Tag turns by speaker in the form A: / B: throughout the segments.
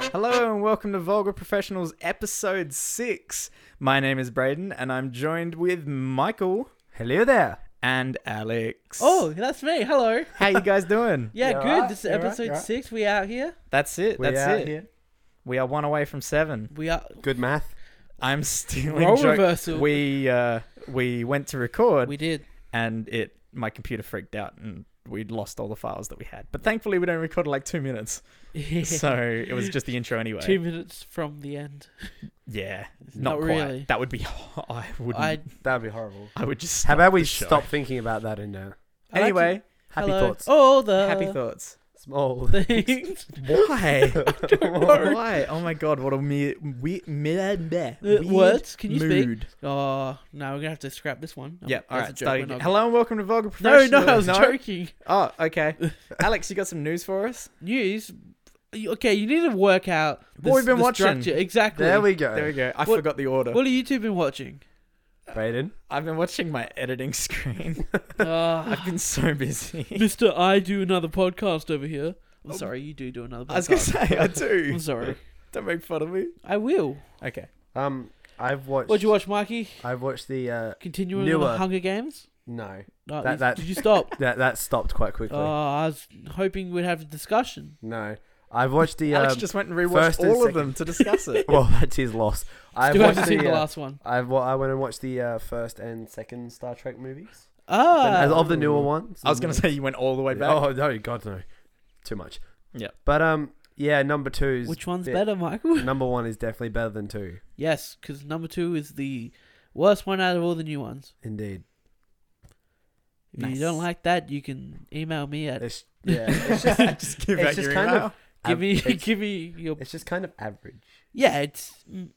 A: and welcome to Vulgar Professionals episode 6. My name is Braden and I'm joined with Michael
B: Hello there.
A: and Alex.
C: Oh, that's me. Hello.
A: how you guys doing?
C: Yeah,
B: You
C: good.
B: alright?
C: This is
B: You alright?
C: episode
B: You alright?
C: six. We out here.
A: That's it.
B: We
A: That's
B: out
A: it.
B: here.
A: We are one away from 7.
C: We are.
D: Good math.
A: I'm stealing
C: Role
A: joke-
C: reversal.
A: We uh we went to record
C: We did.
A: and it my computer freaked out and we'd lost all the files that we had. But thankfully we don't record like 2 minutes. So it was just the intro anyway.
C: two minutes from the end.
A: Yeah, not,
C: Not
A: quite.
C: really.
A: That would be. I would.
C: I,
A: I,
B: That'd be horrible.
A: would just.
D: How
A: Stop
D: about we
A: the show.
D: stop thinking about that in now?
C: I like
A: Anyway,
C: to-
D: Happy
C: hello.
D: thoughts.
C: All the
A: happy thoughts.
D: Small.
C: things.
A: Uh, Why?
C: know.
A: Why? Oh my god! What a me- we- me- me-
C: Uh,
A: weird
C: words? Can you speak?
A: mood.
C: Oh no, we're gonna have to scrap this one.
A: Yeah.
C: That's
A: All
C: a
A: right.
C: joke,
A: Starting
C: we're
A: again.
C: not-
A: Hello and welcome to Vulgar
C: No,
A: Professionals.
C: no, I was joking.
A: Oh, okay. Alex, you got some news for us?
C: News. You- Okay, you need to work out
A: What we've been
C: the
A: watching.
C: structure. Exactly.
B: There we go.
A: There we go. I
C: Uh, What-
A: forgot the order.
C: What have you two been watching?
B: Braden.
A: I've been watching my editing screen.
C: Ah,
A: I've been so busy.
C: Mister, I do another podcast over here.
D: Oh.
C: I'm sorry, you do do another. Podcast.
A: I was gonna say I
C: I'm
A: do.
C: sorry.
A: Don't make fun of me.
C: I will.
A: Okay.
D: Um, I've watched.
C: What'd you watch, Mikey?
D: I've watched the. Uh,
C: Continuing on
D: Newer.
C: the Hunger Games?
D: no,
C: No,
D: That-
C: you-
D: that-
C: Did you stop?
D: that that stopped quite quickly.
C: oh, I was hoping we'd have a discussion.
D: no, I've watched the.
A: Alex
D: um,
A: just went and rewatched
D: first and
A: all of
D: second.
A: them to discuss it.
D: well, that's his loss. I've
C: Still haven't
D: watched
C: seen
D: the.
C: the
D: uh,
C: last one.
D: I've wa- I went and watched the uh, first and second Star Trek movies.
C: Ah,
D: As of the newer ones.
A: Oh. I was gonna say you went all the way back.
D: Oh no, God no, too much.
A: Yeah.
D: But um, yeah, number two is
C: which one's
D: bit-
C: better, Michael?
D: number one is definitely better than two.
C: yes, because number two is the worst one out of all the new ones.
D: Indeed.
C: If
A: Nice.
C: you don't like that, you can email me at
D: It's, yeah. It's just,
A: just give
D: it's
A: out
D: just
A: your
D: kind
A: email.
D: of
C: give me
D: it's-
C: give me your
D: It's just kind of average.
C: yeah. It's mm,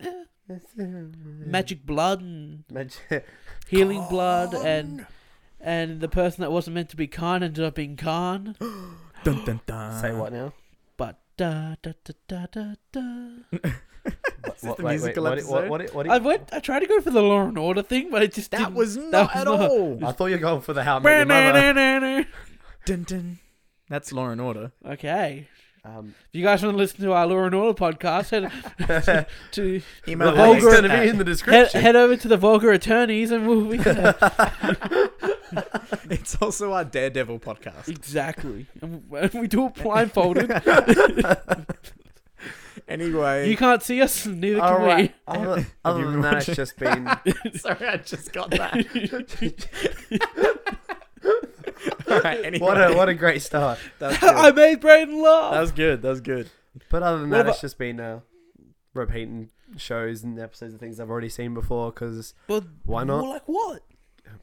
D: Hmm.
C: eh, magic blood and
D: Magic.
C: healing blood and and the person that wasn't meant to be Khan ended up being Khan.
A: Dun, dun, dun.
D: Say what now?
C: But da da da da da da.
D: What,
A: the
D: wait, wait,
A: musical
D: what, What,
A: episode?
D: what, what,
C: I went. I tried to go for the Law and Order thing, but it just
A: That
C: didn't-
A: was not
C: that was
A: at
C: not-
A: all.
D: I thought you were going for the How I Met Your Mother.
C: Okay.
A: dun, dun. That's Law and Order.
D: Um,
C: If you guys want to listen to our Law and Order podcast, head to
A: Email
D: the
A: Alex
D: link's going to
A: at-
D: be in the
C: head,
D: description.
C: head over to the Vulgar Attorneys, and we'll be
A: It's also our Daredevil podcast.
C: exactly. And we- and we do it blindfolded.
A: Anyway,
C: you can't see us, neither
D: All
C: can
D: right.
C: we.
D: Other, other
A: you
D: than that, it's just been.
A: sorry, I just got that. all right, anyway.
D: What a, what a great start.
A: that, was
C: I
A: good.
C: made Braden
A: that
C: laugh.
A: was good. That was good.
D: But other than
C: What
D: that,
C: about-
D: it's just been uh, repeating shows and episodes of things I've already seen before because
C: But
D: Why not?
C: More like what?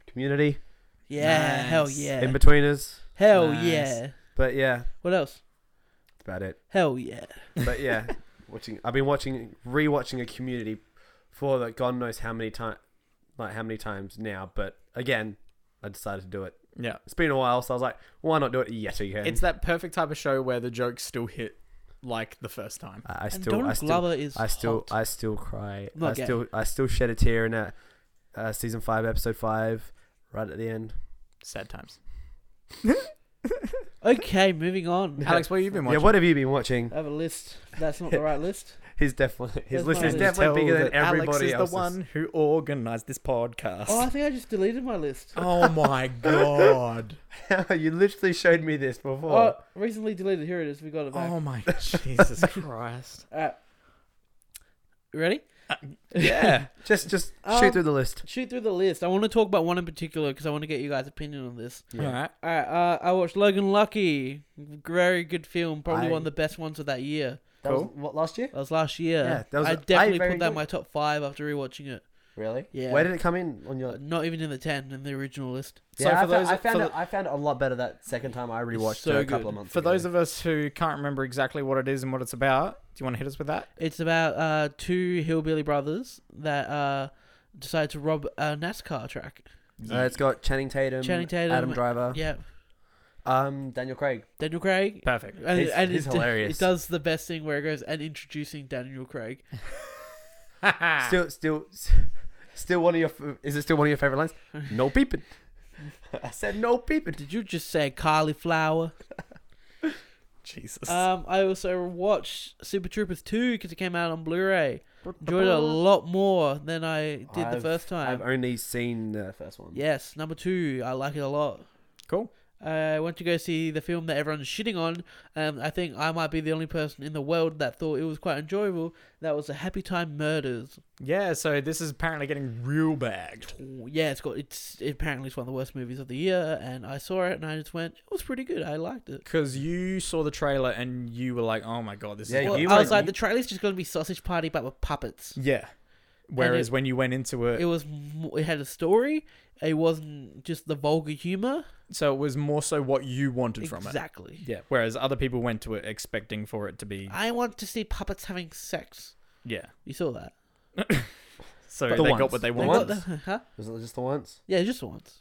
D: community,
C: Yeah, hell
A: Nice.
C: yeah,
D: in between us.
C: hell
A: Nice.
C: yeah.
D: But yeah,
C: What else?
D: that's about it.
C: Hell yeah.
D: But yeah, watching. I've been watching, rewatching a community for like God knows how many times, like how many times now. But again, I decided to do it.
A: Yeah,
D: It's been a while, so I was like, why not do it yet again?
A: it's that perfect type of show where the jokes still hit like the first time.
D: I, I
C: and
D: still,
C: Donald
D: I still,
C: Glover is
D: I still,
C: hot.
D: I still cry.
C: Not
D: I
C: gay.
D: still, I still shed a tear in that uh, season five, episode five, right at the end.
A: Sad times.
C: okay, moving on.
A: Alex, what have you been
D: Yeah,
A: watching?
D: what have you been watching?
C: I have a list. That's not the right list.
D: His definitely, his
C: That's
D: list
C: my
D: is
C: list.
D: definitely
A: Tell
D: bigger than
A: that Alex
D: everybody
A: is
D: else.
A: the one who organised this podcast.
C: Oh, I think I just deleted my list.
A: Oh my god.
D: you literally showed me this before.
C: Oh, recently deleted. Here it is. We got it back.
A: Oh my Jesus Christ.
D: Oh.
C: Alright. You ready?
A: Yeah.
D: just, just
C: Um,
D: shoot through the list.
C: Shoot through the list. I want to talk about one in particular because I want to get you guys' opinion on this.
D: Yeah.
A: All right.
C: All right, uh, I watched Logan Lucky. Very good film. Probably
D: I-
C: one of the best ones of that year.
D: That
A: Cool.
D: was what last year?
C: That was last year.
D: Yeah, that was-
C: I
D: I
C: definitely
D: very
C: put that in
D: good.
C: my top five after rewatching it.
D: Really?
C: Yeah.
D: Where did it come in on your?
C: Not even in the ten in the original list.
A: So for those- for
D: I found it a lot better that second time I
C: so good.
D: months.
A: For those of us who can't remember exactly what it is and what it's about, do you want to hit us with that?
C: It's about uh, two hillbilly brothers that uh, decide to rob a NASCAR track.
D: uh, it's got Channing Tatum,
C: Channing Tatum,
D: Adam Driver,
C: Yeah,
D: um, Daniel Craig.
C: Daniel Craig.
A: Perfect.
C: And,
D: He's-
C: and
D: he's
C: it, d-
D: hilarious.
C: It does the best thing where it goes and introducing Daniel Craig.
D: Ah. Still, still, still one of your. f- Is it still one of your favorite lines? No peeping. I said no peeping.
C: Did you just say cauliflower?
A: Jesus.
C: Um, I also watched Super Troopers 2 because it came out on Blu-ray. Enjoyed it a lot more than I did the
D: I've-
C: first
D: I've
C: time.
D: only seen the first one.
C: Yes, number two, I like it a lot.
A: cool.
C: I went to go see the film that everyone's shitting on, and I think I might be the only person in the world that thought it was quite enjoyable. That was a Happy Time Murders.
A: Yeah, so this is apparently getting real bagged.
C: Ooh, Yeah, it's got it's it apparently it's one of the worst movies of the year, and I saw it and I just went, it was pretty good. I liked it.
A: Because you saw the trailer and you were like, oh my god, this
D: Yeah,
A: is.
C: Well,
D: you
C: I
D: went-
C: was like,
D: you-
C: the trailer's just gonna be sausage party, but with puppets.
A: Yeah. Whereas when you went into it,
C: It was m- it had a story. It wasn't just the vulgar humor.
A: so it was more so what you wanted from it.
C: Exactly.
A: Yeah. Whereas other people went to it expecting for it to be.
D: Ah.
C: I want to see puppets having sex.
A: Yeah.
C: You saw that?
A: So they
D: But the
A: got
D: once.
A: what they
D: The
C: They
A: wanted.
C: got
D: once.
C: the- huh?
D: Was it just the once?
C: Yeah, just the once.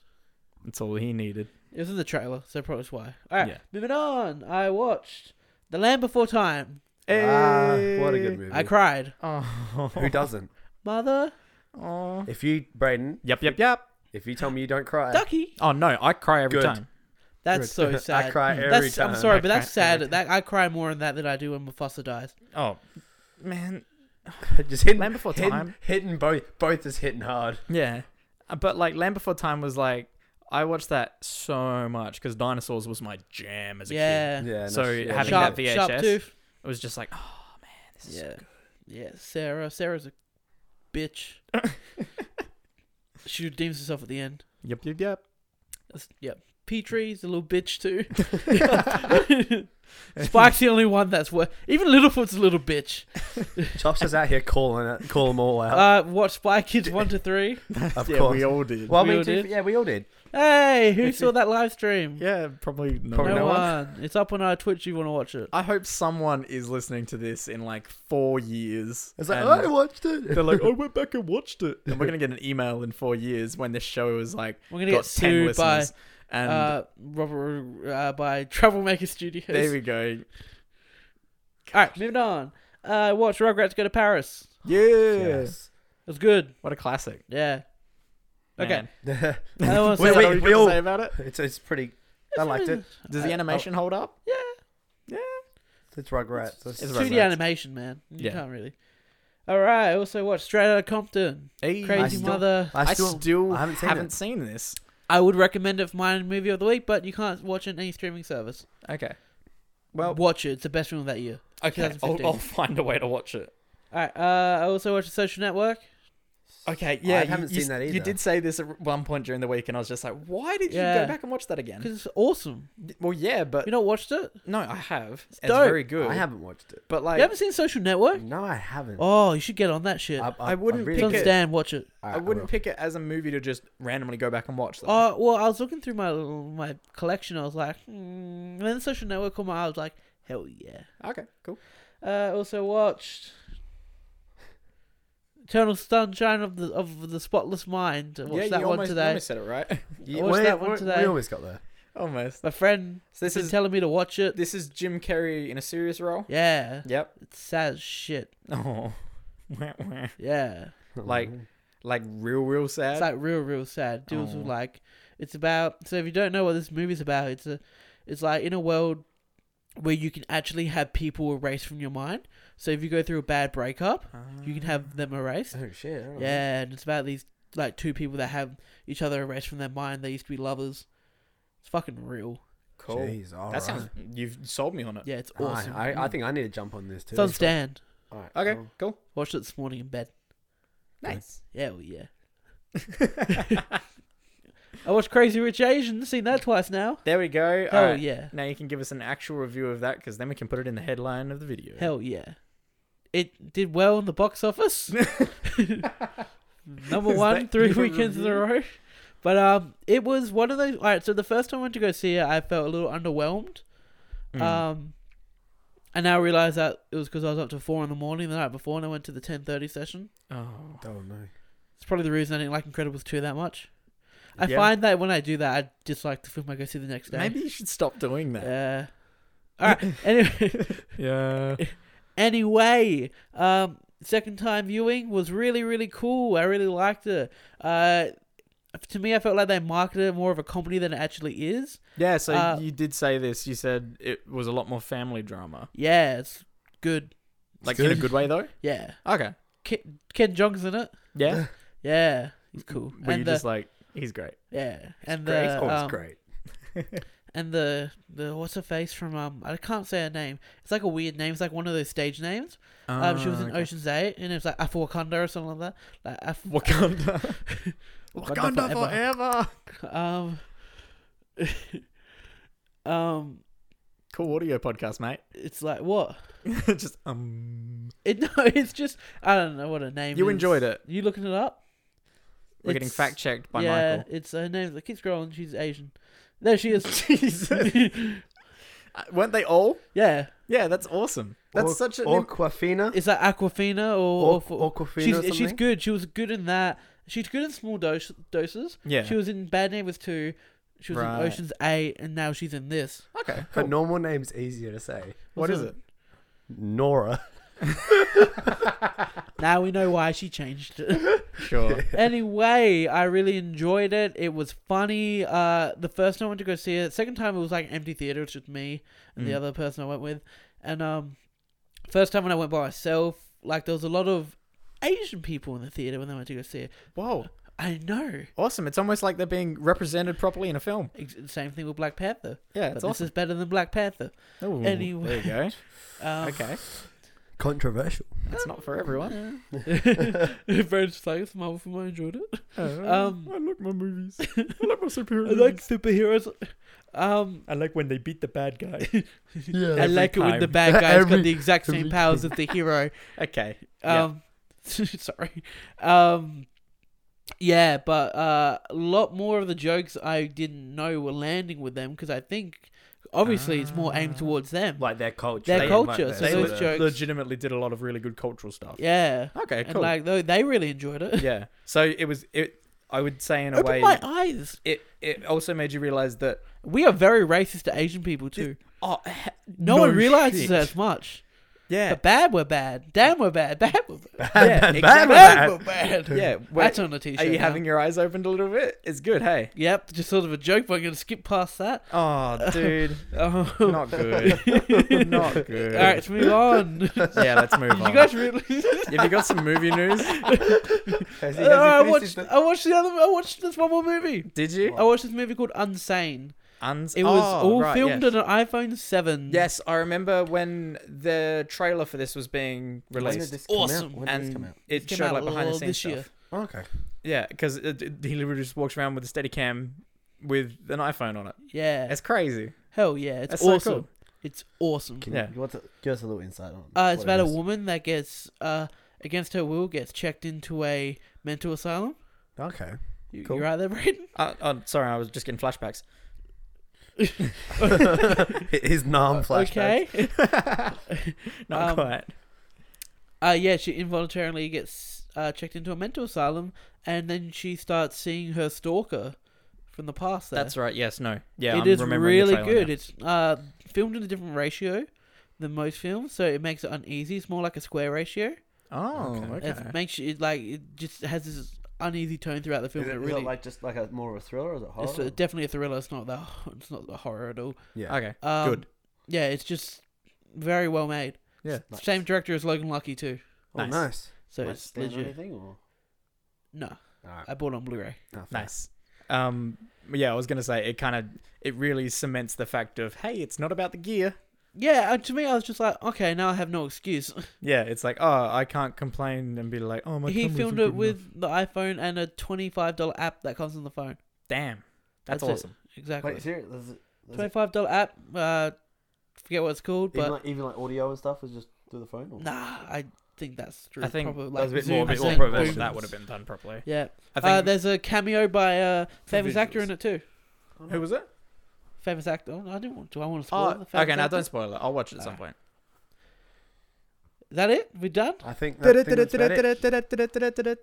A: That's all he needed.
C: It was in the trailer, so probably that's why. All right,
A: Yeah.
C: moving on. I watched The Land Before Time.
D: Ah, what a good movie.
C: I cried.
A: Eh. Oh.
D: Who doesn't?
C: Mother,
A: Oh.
D: If you, Braden,
A: Yep, yep, yep.
D: if you tell me you don't cry,
C: ducky.
A: Oh no, I cry every
D: Good.
A: time.
C: That's so sad.
D: I cry every
C: that's,
D: time.
C: I'm sorry,
A: I
C: but that's
A: cry every
C: sad. That I cry more in that than I do when Mufasa dies.
A: Oh, man.
D: Just hitting,
A: Land Before
D: hitting,
A: Time.
D: hitting both, both is hitting hard.
A: Yeah, Uh, but like Land Before Time was like I watched that so much because dinosaurs was my jam as a kid.
C: Yeah.
D: Yeah.
A: So,
D: shit.
A: having
C: Sharp,
A: that
C: sharp
A: VHS.
C: tooth.
A: It was just like, oh man, this is
C: Yeah. Yeah. Sarah. Sarah's a bitch. she redeems herself at the end.
A: yep, yep, yep.
C: That's, yep. Petrie's a little bitch too. Spike's the only one that's worth. Even Littlefoot's a little bitch.
D: Chops is out here calling it, call them all out.
C: Uh, watch Spy Kids one to three.
D: of course.
A: all did.
D: well,
C: we
D: me
C: all
D: too.
C: did.
D: Yeah, we all did.
C: Hey, who saw that live stream?
A: yeah, probably no.
D: Probably
C: no,
D: no
C: one.
D: one.
C: It's up on our Twitch. You want to watch it?
A: I hope someone is listening to this in like four years.
D: It's like "Oh,
A: and
C: "Oh."
D: I watched it.
A: they're like, "Oh, I went back and watched it, and we're gonna get an email in four years when this show is like
C: We're gonna
A: got
C: get
A: ten
C: sued by
A: listeners. and
C: uh, Robert uh, by Troublemaker Studios.
A: there we go.
C: All right, moving on. Uh, watch Rugrats go to Paris.
A: Yeah,
D: Yes.
C: It was good.
A: what a classic.
C: Yeah. Okay.
A: Man.
C: I don't wanna say
D: Wait,
A: Is that
D: wait,
A: all you've
D: we
A: got to
D: all-
A: say about it?
D: It's it's pretty. I liked it.
A: Does
C: Uh,
A: the animation hold up?
D: It's Rugrats. It's,
C: It's
A: It's
D: it's
C: 2D
A: Rugrats.
C: animation, man. You
A: Yeah.
C: can't really. All right. I also watched Straight Outta Compton.
A: Hey,
C: oh. Crazy
A: I still,
C: Mother.
A: I still,
D: I
A: haven't,
D: haven't
A: seen,
D: seen it.
A: this.
C: I would recommend it for my movie of the week, but you can't watch it on any streaming service.
A: Okay. Well-
C: watch it. It's the best film of that year.
A: Okay. I'll,
C: 2015.
A: I'll find a way to watch it.
C: All right. Uh, I also watched Social Network.
A: Okay.
D: yeah, you- haven't you seen s- that
A: You
D: either.
A: did say this at one point during the week, and I was just like, "Why did you
C: Yeah.
A: go back and watch that again?"
C: Because it's awesome.
A: Well, yeah, but
C: You not watched it?
A: no, I have. It's,
C: dope.
A: very good.
D: I haven't watched it.
A: but
C: You
A: like,
C: haven't seen Social Network?
D: No, I haven't.
C: Oh, you should get on that shit.
D: I,
C: I,
A: I wouldn't
D: really
A: pick
C: Don't
A: it.
D: don't-
C: stand, watch it.
D: Alright,
A: I wouldn't
D: will.
A: pick it as a movie to just randomly go back and watch. Though.
C: Uh, well, I was looking through my my collection. I was like, hmm. and then Social Network came out. I was like, hell yeah.
A: okay, cool.
C: Uh, also watched Eternal Sunshine of the of the Spotless Mind. I watched
A: yeah,
C: that
A: you
C: one
A: almost, You
C: today.
A: almost said it right.
D: Yeah,
C: watched
D: we-
C: that one
D: we-
C: today.
D: We always got there.
A: almost.
C: My friend
A: So this
C: been
A: is
C: telling me to watch it.
A: this is Jim Carrey in a serious role.
C: Yeah,
A: Yep.
C: it's sad as shit.
A: Oh.
C: Yeah,
A: like like real real sad.
C: it's like real, real sad. Deals
D: Oh.
C: with
A: Aw.
C: like, it's about. So if you don't know what this movie's about, it's a, it's like in a world where you can actually have people erased from your mind. So if you go through a bad breakup,
A: Ah,
C: you can have them erased.
D: oh shit. I don't know.
C: Yeah, and it's about these like two people that have each other erased from their mind. They used to be lovers. It's fucking real.
A: cool.
D: Jeez, all
A: that
D: right.
A: sounds you've sold me on it.
C: Yeah, it's
D: Aye,
C: awesome.
D: I, I think I need to jump on this too.
C: it's on stand.
D: Alright,
A: Okay,
D: cool.
A: cool.
C: Watched it this morning in bed.
A: Nice.
C: Yeah, well, yeah. I watched Crazy Rich Asians. Seen that twice now.
A: There we go.
C: Hell
A: Alright,
C: yeah.
A: Now you can give us an actual review of that because then we can put it in the headline of the video.
C: Hell yeah. It did well in the box office. Number
A: Is
C: one,
A: that
C: three
A: your
C: weekends in a row. But um, it was one of those. All right, so the first time I went to go see it, I felt a little underwhelmed.
A: Mm.
C: Um, I now realize that it was because I was up to four in the morning the night before, and I went to the ten thirty session.
A: oh.
D: Oh no.
C: It's probably the reason I didn't like Incredibles two that much. I
A: Yeah.
C: find that when I do that, I dislike the film I go see the next day.
A: Maybe you should stop doing that.
C: Yeah. all right. Anyway.
A: Yeah.
C: Anyway, um, second time viewing was really really cool. I really liked it. Uh, to me, I felt like they marketed it more of a comedy than it actually is.
A: Yeah, so
C: Uh,
A: you did say this. You said it was a lot more family drama.
C: Yeah, it's good.
A: Like in
D: good.
A: a good way though?
C: Yeah,
A: Okay.
C: Ken, Ken Jong's in it.
A: Yeah.
C: Yeah, he's cool.
A: Were you
C: and uh, the,
A: just like he's great.
C: yeah, and
A: great.
C: the
D: oh, it's
C: um,
D: great.
C: and the the what's her face from um I can't say her name. It's like a weird name. It's like one of those stage names. Um, she was
A: Oh,
C: in Ocean's Eight, and it was like Afu Wakanda or something like that. Like Af-
A: Wakanda. Wakanda
C: Wakanda
A: forever.
C: Um, um,
A: Cool audio podcast, mate.
C: it's like what?
A: just um.
C: It no, it's just I don't know what her name.
A: You
C: is.
A: enjoyed it.
C: You looking it up?
A: We're getting
C: It's-
A: fact checked by
C: yeah,
A: Michael.
C: it's her name. Like, keep scrolling. She's Asian. There she is.
A: Jesus. Uh, Weren't they all?
C: yeah,
A: Yeah, that's awesome. That's such an.
D: or Aquafina.
C: it's like Aquafina or, or, or
D: Aquafina.
C: she's
D: or something?
C: she's good. She was good in that. She's good in small dose, doses.
A: yeah.
C: She was in Bad Neighbors two. She was
A: Right.
C: in Ocean's Eight, and now she's in this.
A: okay.
D: Her
A: cool.
D: normal name's easier to say.
A: What
C: What's
A: is
C: her-
A: it?
D: Nora.
C: Now we know why she changed it.
A: Sure.
C: anyway, I really enjoyed it. It was funny. Uh, the first time I went to go see it, second time it was like an empty theater. It's just me and the
A: Mm.
C: other person I went with, and um, first time when I went by myself, like there was a lot of Asian people in the theater when I went to go see it.
A: Whoa.
C: I know.
A: Awesome. It's almost like they're being represented properly in a film.
C: Ex- Same thing with Black Panther.
A: Yeah,
C: But
A: it's
C: this Oh,
A: awesome.
C: is better than Black Panther.
A: Ooh,
C: anyway.
A: There you go.
C: Um,
A: Okay.
D: Controversial.
A: That's not for everyone.
C: Everyone's just like, it's Marvel, I enjoyed it. Um,
A: Oh, I like my movies. I like my superheroes.
C: I like superheroes. Um,
A: I like when they beat the bad guy.
D: Yeah.
C: I
A: Every
C: like it when the
A: time.
C: bad guy's got
D: Every-
C: the exact same
D: every
C: powers as the hero.
A: okay. Yeah.
C: Um, sorry. Um, yeah, but uh, a lot more of the jokes I didn't know were landing with them because I think obviously it's more
A: Ah.
C: aimed towards them.
D: Like their culture.
C: Their
D: They-
C: culture,
D: like,
C: so
A: they
D: were
C: those
A: le-
D: the-
C: jokes-
A: legitimately did a lot of really good cultural stuff.
C: yeah,
A: Okay,
C: and
A: cool.
C: like though they really enjoyed it.
A: yeah. So it was it I would say in a
C: Open
A: way
C: my eyes.
A: it it also made you realize that
C: We are very racist to Asian people too.
A: oh he-
C: No, one realizes
A: shit.
C: that as much.
A: Yeah.
C: But bad were bad. Damn were bad. Bad were bad.
A: yeah,
D: bad,
A: exactly.
C: Bad were bad.
A: Yeah. wait,
C: That's on a t-shirt.
A: are you
C: now.
A: having your eyes opened a little bit? It's good, hey.
C: Yep, just sort of a joke, but I'm going to skip past that.
A: Oh, dude.
C: Oh.
A: not good. not good.
C: All right, let's move on. Did
A: Yeah, let's move on.
C: you guys really?
A: Have you got some movie news?
D: Has he- has he
C: Uh, I
D: finished his
C: watched. I watched the other. I watched this one more movie.
A: Did you?
C: I watched this movie called Unsane.
A: Uns-
C: It was
A: oh,
C: all
A: right,
C: filmed
A: yes.
C: on an iPhone seven.
A: Yes, I remember when the trailer for this was being
D: When did
A: released,
D: this come out?
C: Awesome.
D: When did this come
A: and
D: out?
A: it
C: came
A: showed
C: out
A: like behind the
C: all
A: scenes
C: this
A: stuff.
C: year.
D: Oh, okay.
A: Yeah, because he literally just walks around with a Steadicam with an iPhone on it.
C: Yeah.
A: It's crazy.
C: Hell yeah! It's
A: That's so
C: awesome.
A: cool.
C: It's awesome.
D: Can
A: Yeah.
D: you, what's a, give us a little insight on
C: Uh,
D: what
C: it's
D: it
C: about a
D: is.
C: woman that gets uh against her will gets checked into a mental asylum.
D: Okay.
C: You,
A: Cool.
C: you right there, Braden?
A: Uh, oh, sorry, I was just getting flashbacks.
D: His non flashback.
C: Okay.
A: Not
C: Um,
A: quite.
C: Uh, yeah, she involuntarily gets uh, checked into a mental asylum, and then she starts seeing her stalker from the past. There.
A: That's right. Yes, no. Yeah,
C: it
A: I'm
C: is
A: remembering the
C: really
A: trailer
C: good.
A: now.
C: It's uh, filmed in a different ratio than most films, so it makes it uneasy. It's more like a square ratio.
A: Oh, okay.
D: Okay.
C: It makes you- it like it just has this uneasy tone throughout the film.
D: Is it,
C: that
D: is
C: really,
D: it like just like a more of a thriller or is it horror?
C: it's uh, definitely a thriller. It's not the it's not the horror at all.
D: yeah.
A: Okay.
C: Um,
A: Good.
C: Yeah, it's just very well made.
A: Yeah.
D: Nice.
C: Same director as Logan Lucky too.
D: Oh,
A: Nice.
D: nice.
C: So
D: Like,
C: it's
D: stand on
C: legit.
D: anything or?
C: No,
D: Alright,
C: I bought it on Blu-ray.
D: no, fair.
A: Nice. Um, yeah, I was gonna say it kind of it really cements the fact of hey, it's not about the gear.
C: Yeah, and to me, I was just like, okay, now I have no excuse.
A: Yeah, it's like oh, I can't complain and be like oh my.
C: he
A: camera's
C: filmed
A: not
C: it
A: good
C: with the iPhone and a twenty-five dollar app that comes on the phone.
A: enough." Damn, that's,
C: That's it.
A: awesome.
C: Exactly.
D: Wait, seriously? Is it, is it,
C: Twenty-five dollar app. Uh, forget what it's called,
D: even,
C: but
D: like, even like audio and stuff was just through the phone? Or?
C: nah, I think that's true.
A: I think
C: Probably,
D: that was a bit
C: Zoom
D: more- a bit more
C: thing.
D: professional.
C: Boom.
A: That would have been done properly.
C: Yeah.
A: I think.
C: Uh, there's a cameo by uh, famous
D: visuals.
C: actor in it too.
A: who was it?
C: Famous actor. Oh, I don't want. Do I want to spoil?
A: Oh,
C: the famous
A: okay. Now
C: actor?
A: don't spoil it. I'll watch it at some point.
C: Is that it? We done?
D: I think that thing that's about it.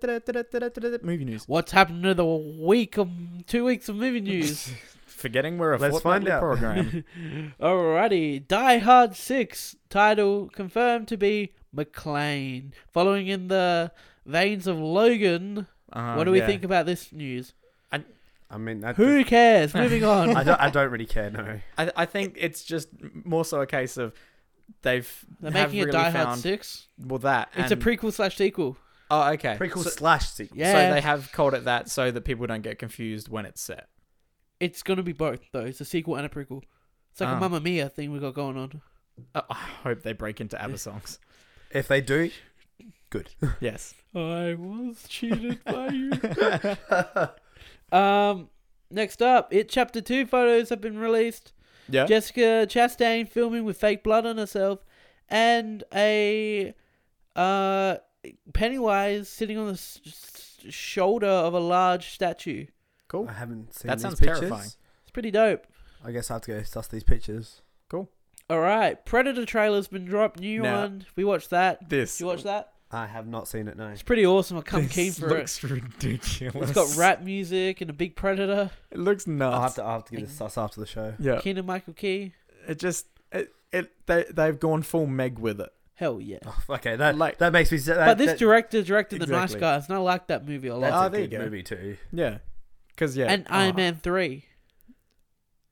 A: Movie news.
C: What's happened in the week of two weeks of movie news?
A: Forgetting we're a
D: Let's
A: fortnightly
D: find out.
A: program.
C: Alrighty, Die Hard Six title confirmed to be McLean. Following in the veins of Logan,
A: Uh,
C: what do we
A: yeah.
C: think about this news?
A: I,
D: I mean, that,
C: Who cares? Moving on.
D: I, don't, I don't really care. No,
A: I, I think it's just more so a case of they've
C: They're
A: have
C: making
A: really
C: a Die Hard
A: found
C: six.
A: well that
C: It's a
A: and-
C: prequel slash sequel.
A: oh okay
D: prequel
A: So,
D: slash sequel.
C: Yeah,
A: so they have called it that so that people don't get confused when it's set.
C: it's gonna be both though. It's a sequel and a prequel. It's like
A: Ah.
C: a Mamma Mia thing we got going on.
A: Uh, I hope they break into ABBA songs.
D: If they do,
A: Yes.
C: I was cheated by you. um, next up, it chapter two photos have been released.
A: Yeah.
C: Jessica Chastain filming with fake blood on herself, and a uh Pennywise sitting on the s- s- shoulder of a large statue.
A: Cool.
D: I haven't seen
A: That
D: these
A: sounds
D: pictures.
A: terrifying.
C: It's pretty dope.
D: I guess I have to go suss these pictures.
C: All right, Predator trailer's been dropped. New
A: Now-
C: one. We watched that.
A: This
C: Did you watch that?
D: I have not seen it. No,
C: It's pretty awesome. I come keen
A: this
C: for it.
A: looks ridiculous.
C: It's got rap music and a big predator.
A: It looks
D: I'll have
A: nuts.
D: to. I'll have to give this suss after the show.
A: Yeah.
C: Keenan Michael Key.
A: It just it, it they they've gone full Meg with it.
C: Hell yeah.
D: Oh, okay, that
A: Like-
D: that makes me. That,
C: but this
D: that,
C: director directed The Nice
A: Exactly.
C: Guys, and I like that movie a lot.
D: that's
A: Oh,
D: a
A: there you
D: good
A: go.
D: movie too.
A: Yeah. Cuz yeah.
C: and Iron
A: oh,
C: Man 3,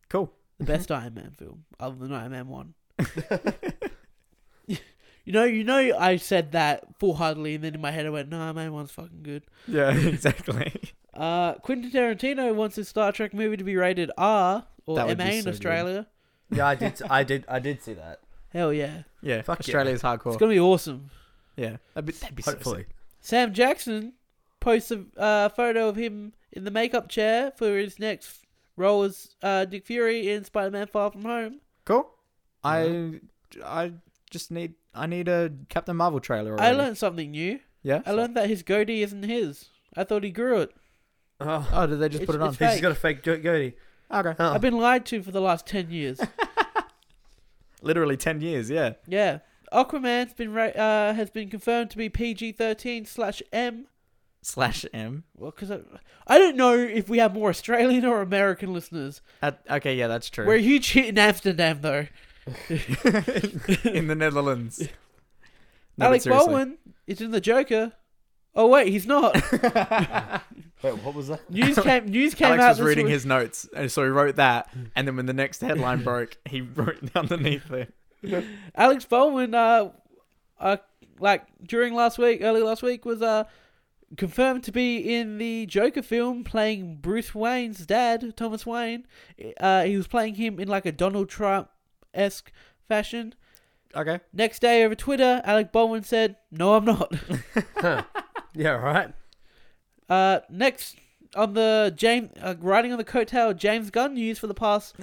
A: Cool.
C: the best Iron Man film, other than Iron Man 1. You know, you know, I said that full heartedly, and then in my head I went, "No, Iron Man one's fucking good."
A: yeah, exactly.
C: Uh, Quentin Tarantino wants his Star Trek movie to be rated R or
A: That
C: MA
A: would be
C: in
A: so good.
C: Australia.
D: Yeah, I did. I did. I did see that.
C: Hell yeah,
A: Yeah.
D: Fuck yeah.
A: Australia's hardcore.
C: it's gonna be awesome.
A: yeah. That'd be, that'd be so
D: Hopefully,
A: sick.
C: Sam Jackson posts a uh, photo of him in the makeup chair for his next role as uh, Dick Fury in Spider-Man: Far From Home.
A: Cool. I I just need I need a Captain Marvel trailer
C: I
A: already.
C: learned something new.
A: yeah.
C: I learned that his goatee isn't his. I thought he grew it.
D: oh,
A: Oh, did they just put it
C: It's-
A: on?
C: it's
D: he's got a fake go- goatee.
A: Okay.
D: Oh.
C: I've been lied to for the last ten years.
A: Literally 10 years, yeah.
C: yeah, Aquaman's been ra- uh, has been confirmed to be PG thirteen slash M.
A: Slash M.
C: Well, because I, I don't know if we have more Australian or American listeners.
A: At, okay, yeah, that's true.
C: We're a huge hit in Amsterdam, though.
A: in the Netherlands. No, but
C: Alec
A: seriously.
C: Baldwin is in the Joker. Oh wait, he's not.
D: Wait, what was that?
C: News came. News came
A: Alex
C: out.
A: was
C: this
A: reading
C: week.
A: his notes, and so he wrote that. And then when the next headline broke, he wrote underneath it.
C: Alex Baldwin. Uh, uh, like during last week, early last week, was uh confirmed to be in the Joker film, playing Bruce Wayne's dad, Thomas Wayne. Uh, he was playing him in like a Donald Trump esque fashion.
A: Okay.
C: Next day over Twitter, Alec Baldwin said, "No, I'm not."
D: Yeah, right.
C: Uh, next on the James uh, riding on the coattail of James Gunn news for the past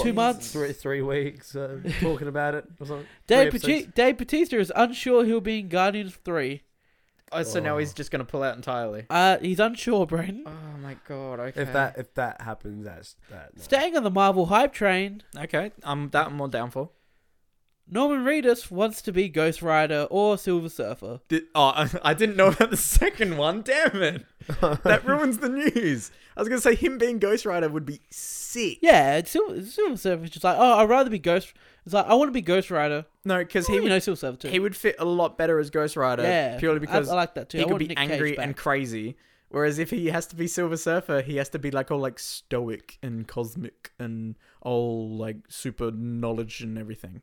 C: two months.
D: Three, three weeks uh, talking about it. Or something.
C: Dave,
D: Three
C: Pati-
D: episodes.
C: Dave Batista is unsure he'll be in Guardians 3.
A: Oh, so now
D: Oh.
A: he's just going to pull out entirely.
C: Uh, he's unsure, Brayden.
A: Oh my god. Okay.
D: If that if that happens, that's that. no.
C: Staying on the Marvel hype train,
A: Okay, um, that I'm more down for.
C: Norman Reedus wants to be Ghost Rider or Silver Surfer.
A: Did, oh, I, I didn't know about the second one. Damn it. That ruins the news. I was going to say him being Ghost Rider would be sick.
C: Yeah, it's Silver, Silver Surfer's just like, oh, I'd rather be Ghost. It's like, I want to be Ghost Rider.
A: No, because
C: He
A: he
C: you
A: would
C: know Silver Surfer too.
A: he would fit a lot better as Ghost Rider.
C: yeah,
A: purely because
C: I, I like that too.
A: he
C: I
A: could
C: want
A: be
C: Nick Cage
A: angry and
C: back.
A: crazy. Whereas if he has to be Silver Surfer, he has to be like all like stoic and cosmic and all like super knowledge and everything.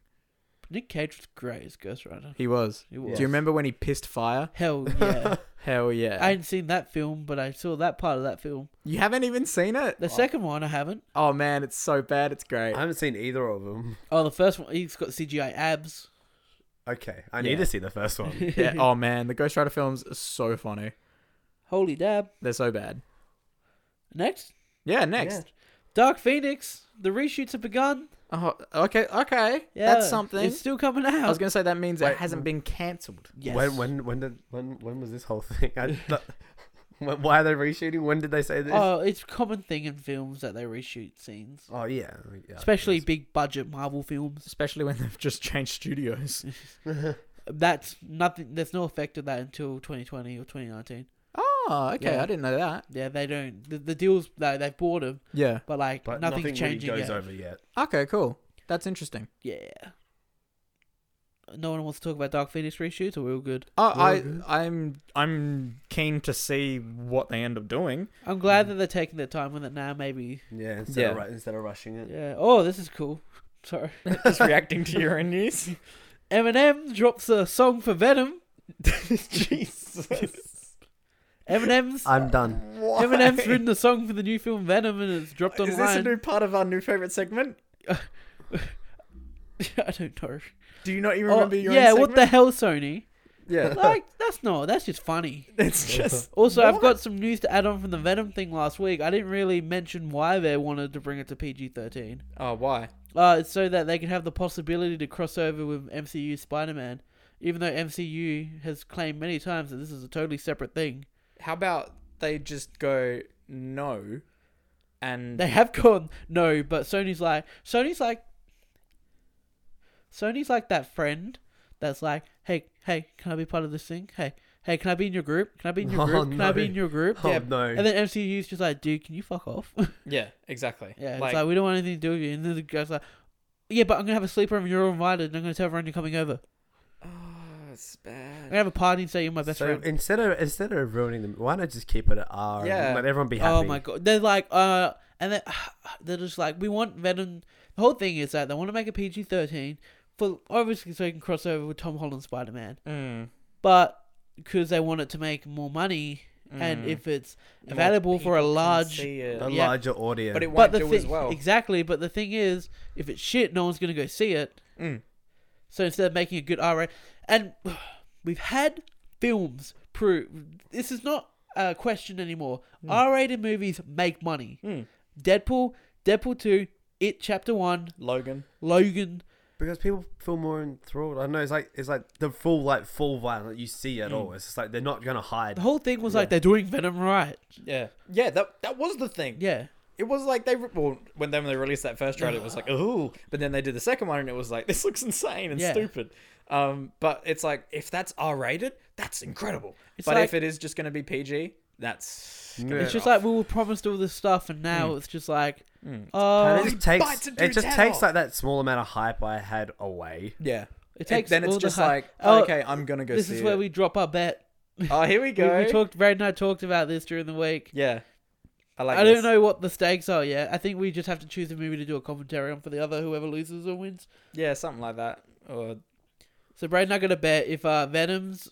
C: Nick Cage was great as Ghost Rider.
A: He was.
C: He was.
A: Do you remember when he pissed fire?
C: Hell yeah.
A: Hell yeah!
C: I hadn't seen that film, but I saw that part of that film.
A: you haven't even seen it.
C: The second one I haven't.
A: Oh man, it's so bad. It's great.
D: I haven't seen either of them.
C: Oh, the first one he's got CGI abs.
D: Okay, I
A: Yeah.
D: need to see the first one.
A: yeah. Oh man, the Ghost Rider films are so funny.
C: Holy dab.
A: They're so bad.
C: Next,
A: Yeah. Next.
C: Dark Phoenix. The reshoots have begun.
A: Oh. Okay. Okay.
C: Yeah,
A: That's something.
C: It's still coming out.
A: I was gonna say that means it
D: Wait.
A: hasn't been cancelled.
C: yes.
D: When when when did when when was this whole thing? I, when, why are they reshooting? When did they say this?
C: Oh, it's a common thing in films that they reshoot scenes,
D: oh yeah, like, yeah,
C: especially
D: that's-
C: big budget Marvel films.
A: Especially when they've just changed studios.
C: That's nothing. There's no effect of that until 2020 or 2019.
A: Oh, okay.
C: Yeah.
A: I didn't know that.
C: Yeah, they don't. The, the deals they they've bought them,
A: Yeah.
C: but like
D: but nothing
C: nothing's
D: really
C: changing
D: goes
C: yet.
D: over yet.
A: Okay, cool. That's interesting.
C: Yeah. no one wants to talk about Dark Phoenix reshoots, or we're all good.
A: Uh,
D: Well,
A: I,
D: good.
A: I'm, I'm keen to see what they end up doing.
C: I'm
D: Mm.
C: glad that they're taking their time with it now. Maybe
D: Yeah, instead of
A: Yeah.
D: ru- instead of rushing it.
C: yeah. Oh, this is cool. Sorry,
A: Just reacting to your own news.
C: Eminem drops a song for Venom.
A: Jesus.
C: Eminem's
B: I'm done.
A: Why?
C: Eminem's written a song for the new film Venom, and it's dropped
A: Is this a
C: online.
A: new part of our new favorite segment?
C: I don't know.
A: Do you not even
C: Oh,
A: remember your
C: yeah,
A: own
C: what the hell, Sony?
D: Yeah.
C: Like that's no, that's just funny.
A: the? It's just.
C: Also, I've got some news to add on from the Venom thing last week. I didn't really mention why they wanted to bring it to PG thirteen.
A: Oh, why?
C: Uh, it's so that they can have the possibility to cross over with MCU Spider Man, even though MCU has claimed many times that this is a totally separate thing.
A: How about they just go no, and
C: They have gone no, but Sony's like Sony's like Sony's like that friend that's like, hey, hey, can I be part of this thing? Hey, hey, can I be in your group? Can I be in your
D: Oh,
C: group? Can I be
D: no.
C: in your group?
D: Oh
A: Yeah,
D: no.
C: And then MCU's just like, dude, can you fuck off?
A: yeah, exactly.
C: Yeah,
A: like,
C: it's like we don't want anything to do with you. And then the guy's like, "Yeah, but I'm gonna have a sleeper and you're all invited, and I'm gonna tell everyone you're coming over.
A: oh, it's
C: I'm
A: bad.
C: gonna have a party and say you're my best
D: so
C: friend."
D: instead of instead of ruining them, why not just keep it at R
A: Yeah.
D: and let everyone be happy?
C: Oh my god, they're like, uh, and they they're just like, we want Venom. The whole thing is that they want to make a PG-13 for obviously so you can cross over with Tom Holland Spider-Man,
A: Mm,
C: but because they want it to make more money and
A: mm.
C: if it's
A: More
C: available for a
A: people can
C: large.
A: see it.
D: A
C: yeah.
D: larger audience.
A: but it
C: But
A: won't
C: the
A: do
C: thi-
A: as well.
C: exactly. But the thing is, if it's shit, no one's gonna go see it.
A: Mm.
C: So instead of making a good R rating, and we've had films prove this is not a question anymore.
A: Hmm.
C: R rated movies make money.
A: Mm.
C: Deadpool, Deadpool 2, It Chapter 1,
A: Logan.
C: Logan.
D: because people feel more enthralled. I know it's like it's like the full like full violence you see
C: Mm.
D: at all. It's just like they're not gonna hide.
C: The whole thing was like they're doing Venom right.
A: Yeah, yeah. That that was the thing.
C: Yeah.
A: It was like they re- well, when then when they released that first trailer, it was like ooh, but then they did the second one, and it was like this looks insane and
C: Yeah.
A: stupid. Um, but it's like if that's R rated, that's incredible.
C: It's
A: but
C: like-
A: if it is just going to be PG, that's gonna
D: Yeah.
A: be
C: It's just
A: rough.
C: like we were promised all this stuff and now
A: Hmm.
C: it's just like
A: Mm.
C: oh
D: And it
A: Oh,
D: just
A: bite
D: takes
A: to
D: it
A: dude's
D: just
A: head
D: takes
A: off.
D: like that small amount of hype I had away.
A: yeah.
C: it
A: And
C: takes
A: then it's
C: all the
A: just
C: hype.
A: like
C: Oh,
A: okay, I'm gonna go.
C: this
A: see
C: is where
A: it.
C: we drop our bet.
A: Oh, here we
C: We,
A: go.
C: we talked Brad and I talked about this during the week.
A: yeah, I like.
C: I
A: this.
C: don't know what the stakes are yet. I think we just have to choose a movie to do a commentary on for the other whoever loses or wins.
A: Yeah, something like that. Or
C: So Brad and I gonna bet if uh, Venom's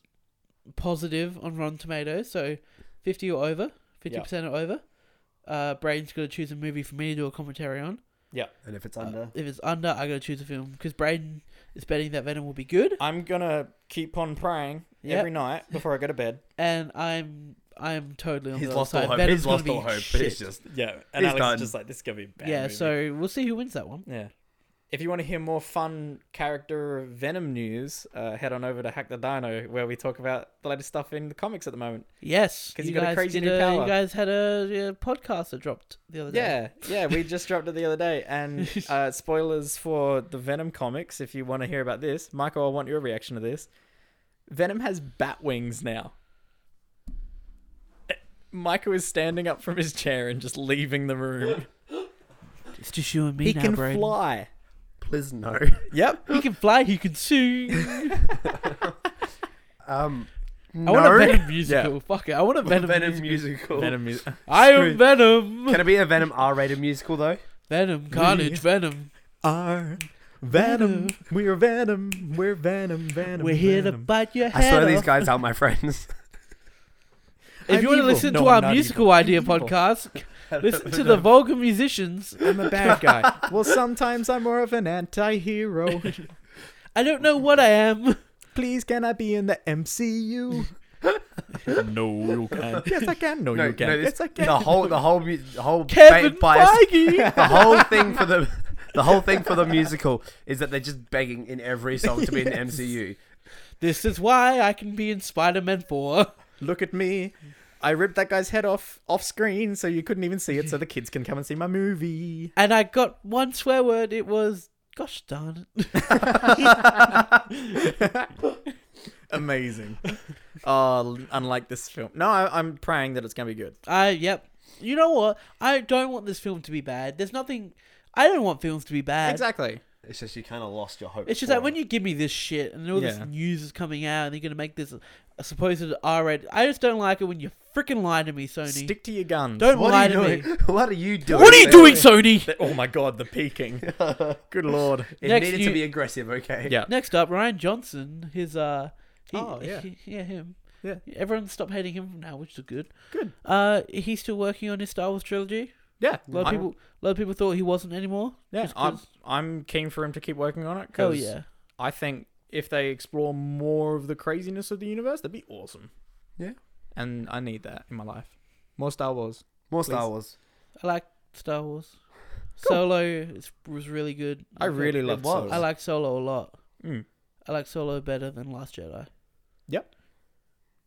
C: positive on Rotten Tomatoes, so fifty or over, fifty percent or over. Uh, Braden's gonna choose a movie for me to do a commentary on.
D: And if it's
C: Uh,
D: under,
C: if it's under, I gotta choose a film because Braden is betting that Venom will be good,
A: I'm gonna keep on praying
C: Yep.
A: every night before I go to bed.
C: and I'm I'm totally on
D: he's
C: the other
D: lost all
C: side.
D: hope.
C: Venom's
D: he's
C: gonna
D: lost
C: be
D: all hope.
C: shit.
D: It's just
A: Yeah, and
D: He's
A: Alex
D: done.
A: is just like this is gonna be a bad.
C: yeah.
A: movie.
C: So we'll see who wins that one.
A: Yeah. If you want to hear more fun character Venom news, uh, head on over to Hack the Dino, where we talk about the latest stuff in the comics at the moment.
C: Yes,
A: 'Cause you got a
C: guys
A: crazy
C: did
A: new power.
C: You guys had a, a podcast that dropped the other day.
A: Yeah, yeah, we just dropped it the other day. And uh, spoilers for the Venom comics, if you want to hear about this. Michael, I want your reaction to this. Venom has bat wings now. Eh, Michael is standing up from his chair and just leaving the room.
C: It's just you and me
A: He
C: now,
A: can
C: Braden.
A: fly.
D: please no.
A: Yep.
C: He can fly. He can sing.
D: Um,
C: I want a
D: no.
C: Venom musical. Fuck it. I want a Venom,
D: Venom
C: musical.
D: musical.
A: Venom is.
C: I am
D: Screw-
C: Venom.
D: Can it be a Venom R-rated musical though?
C: Venom, Carnage, Venom.
A: Our Venom. We're Venom. We're Venom. Venom.
C: We're here to
A: Venom.
C: bite your
D: I
C: head
D: swear these
C: off.
D: guys aren't my friends.
C: If
A: I'm
C: you want to
A: evil.
C: listen
A: No,
C: to
A: I'm
C: our
A: not
C: musical
A: evil.
C: idea
A: Evil.
C: podcast, listen to the vulgar musicians.
A: I'm a bad guy. well, sometimes I'm more of an anti-hero.
C: I don't know what I am.
A: Please, can I be in the MCU? no, you can. Yes, I can.
C: Oh,
A: No,
D: No,
A: you can.
D: no, this-
A: yes, I can.
D: the whole, the whole, mu- the whole
C: Kevin
D: ba- bias-
C: Feige.
D: the whole thing for the the whole thing for the musical is that they're just begging in every song to be in the MCU.
C: this is why I can be in Spider-Man 4.
A: Look at me. I ripped that guy's head off off screen, so you couldn't even see it. So the kids can come and see my movie.
C: And I got one swear word. It was, gosh darn it.
A: Amazing. Oh, unlike this film. No, I, I'm praying that it's gonna be good.
C: I, yep. You know what? I don't want this film to be bad. There's nothing... I don't want films to be bad.
A: Exactly.
D: It's just you kind of lost your hope.
C: It's just
D: for
C: like when
D: it.
C: you give me this shit and all
A: Yeah.
C: this news is coming out and you're gonna make this a, a supposed R rated. I just don't like it when you freaking lie to me, Sony.
A: Stick to your guns.
C: don't
D: What
C: lie
D: are
C: to
D: you
C: me.
D: doing? What are you doing?
C: What are you doing, Sony?
A: Th- Oh my god, the peaking. Good lord.
D: It
C: Next,
D: needed
C: you-
D: to be aggressive, okay?
A: Yeah.
C: Next up, Ryan Johnson. His uh, he,
A: Oh, yeah.
C: he- yeah, him.
A: Yeah.
C: everyone stopped hating him now, which is good.
A: Good.
C: Uh, he's still working on his Star Wars trilogy.
A: Yeah.
C: A lot of
A: I'm-
C: people, a lot of people thought he wasn't anymore.
A: Yeah,
C: just
A: I'm,
C: 'cause-
A: I'm keen for him to keep working on it
C: Hell
A: because
C: yeah,
A: I think if they explore more of the craziness of the universe, that'd be awesome.
D: Yeah.
A: And I need that in my life. More Star Wars.
D: More Star
A: Please.
D: Wars.
C: I like Star Wars. Solo is, was really good.
A: I really love
D: was.
A: Solo.
C: I like Solo a lot.
A: Mm.
C: I like Solo better than Last Jedi.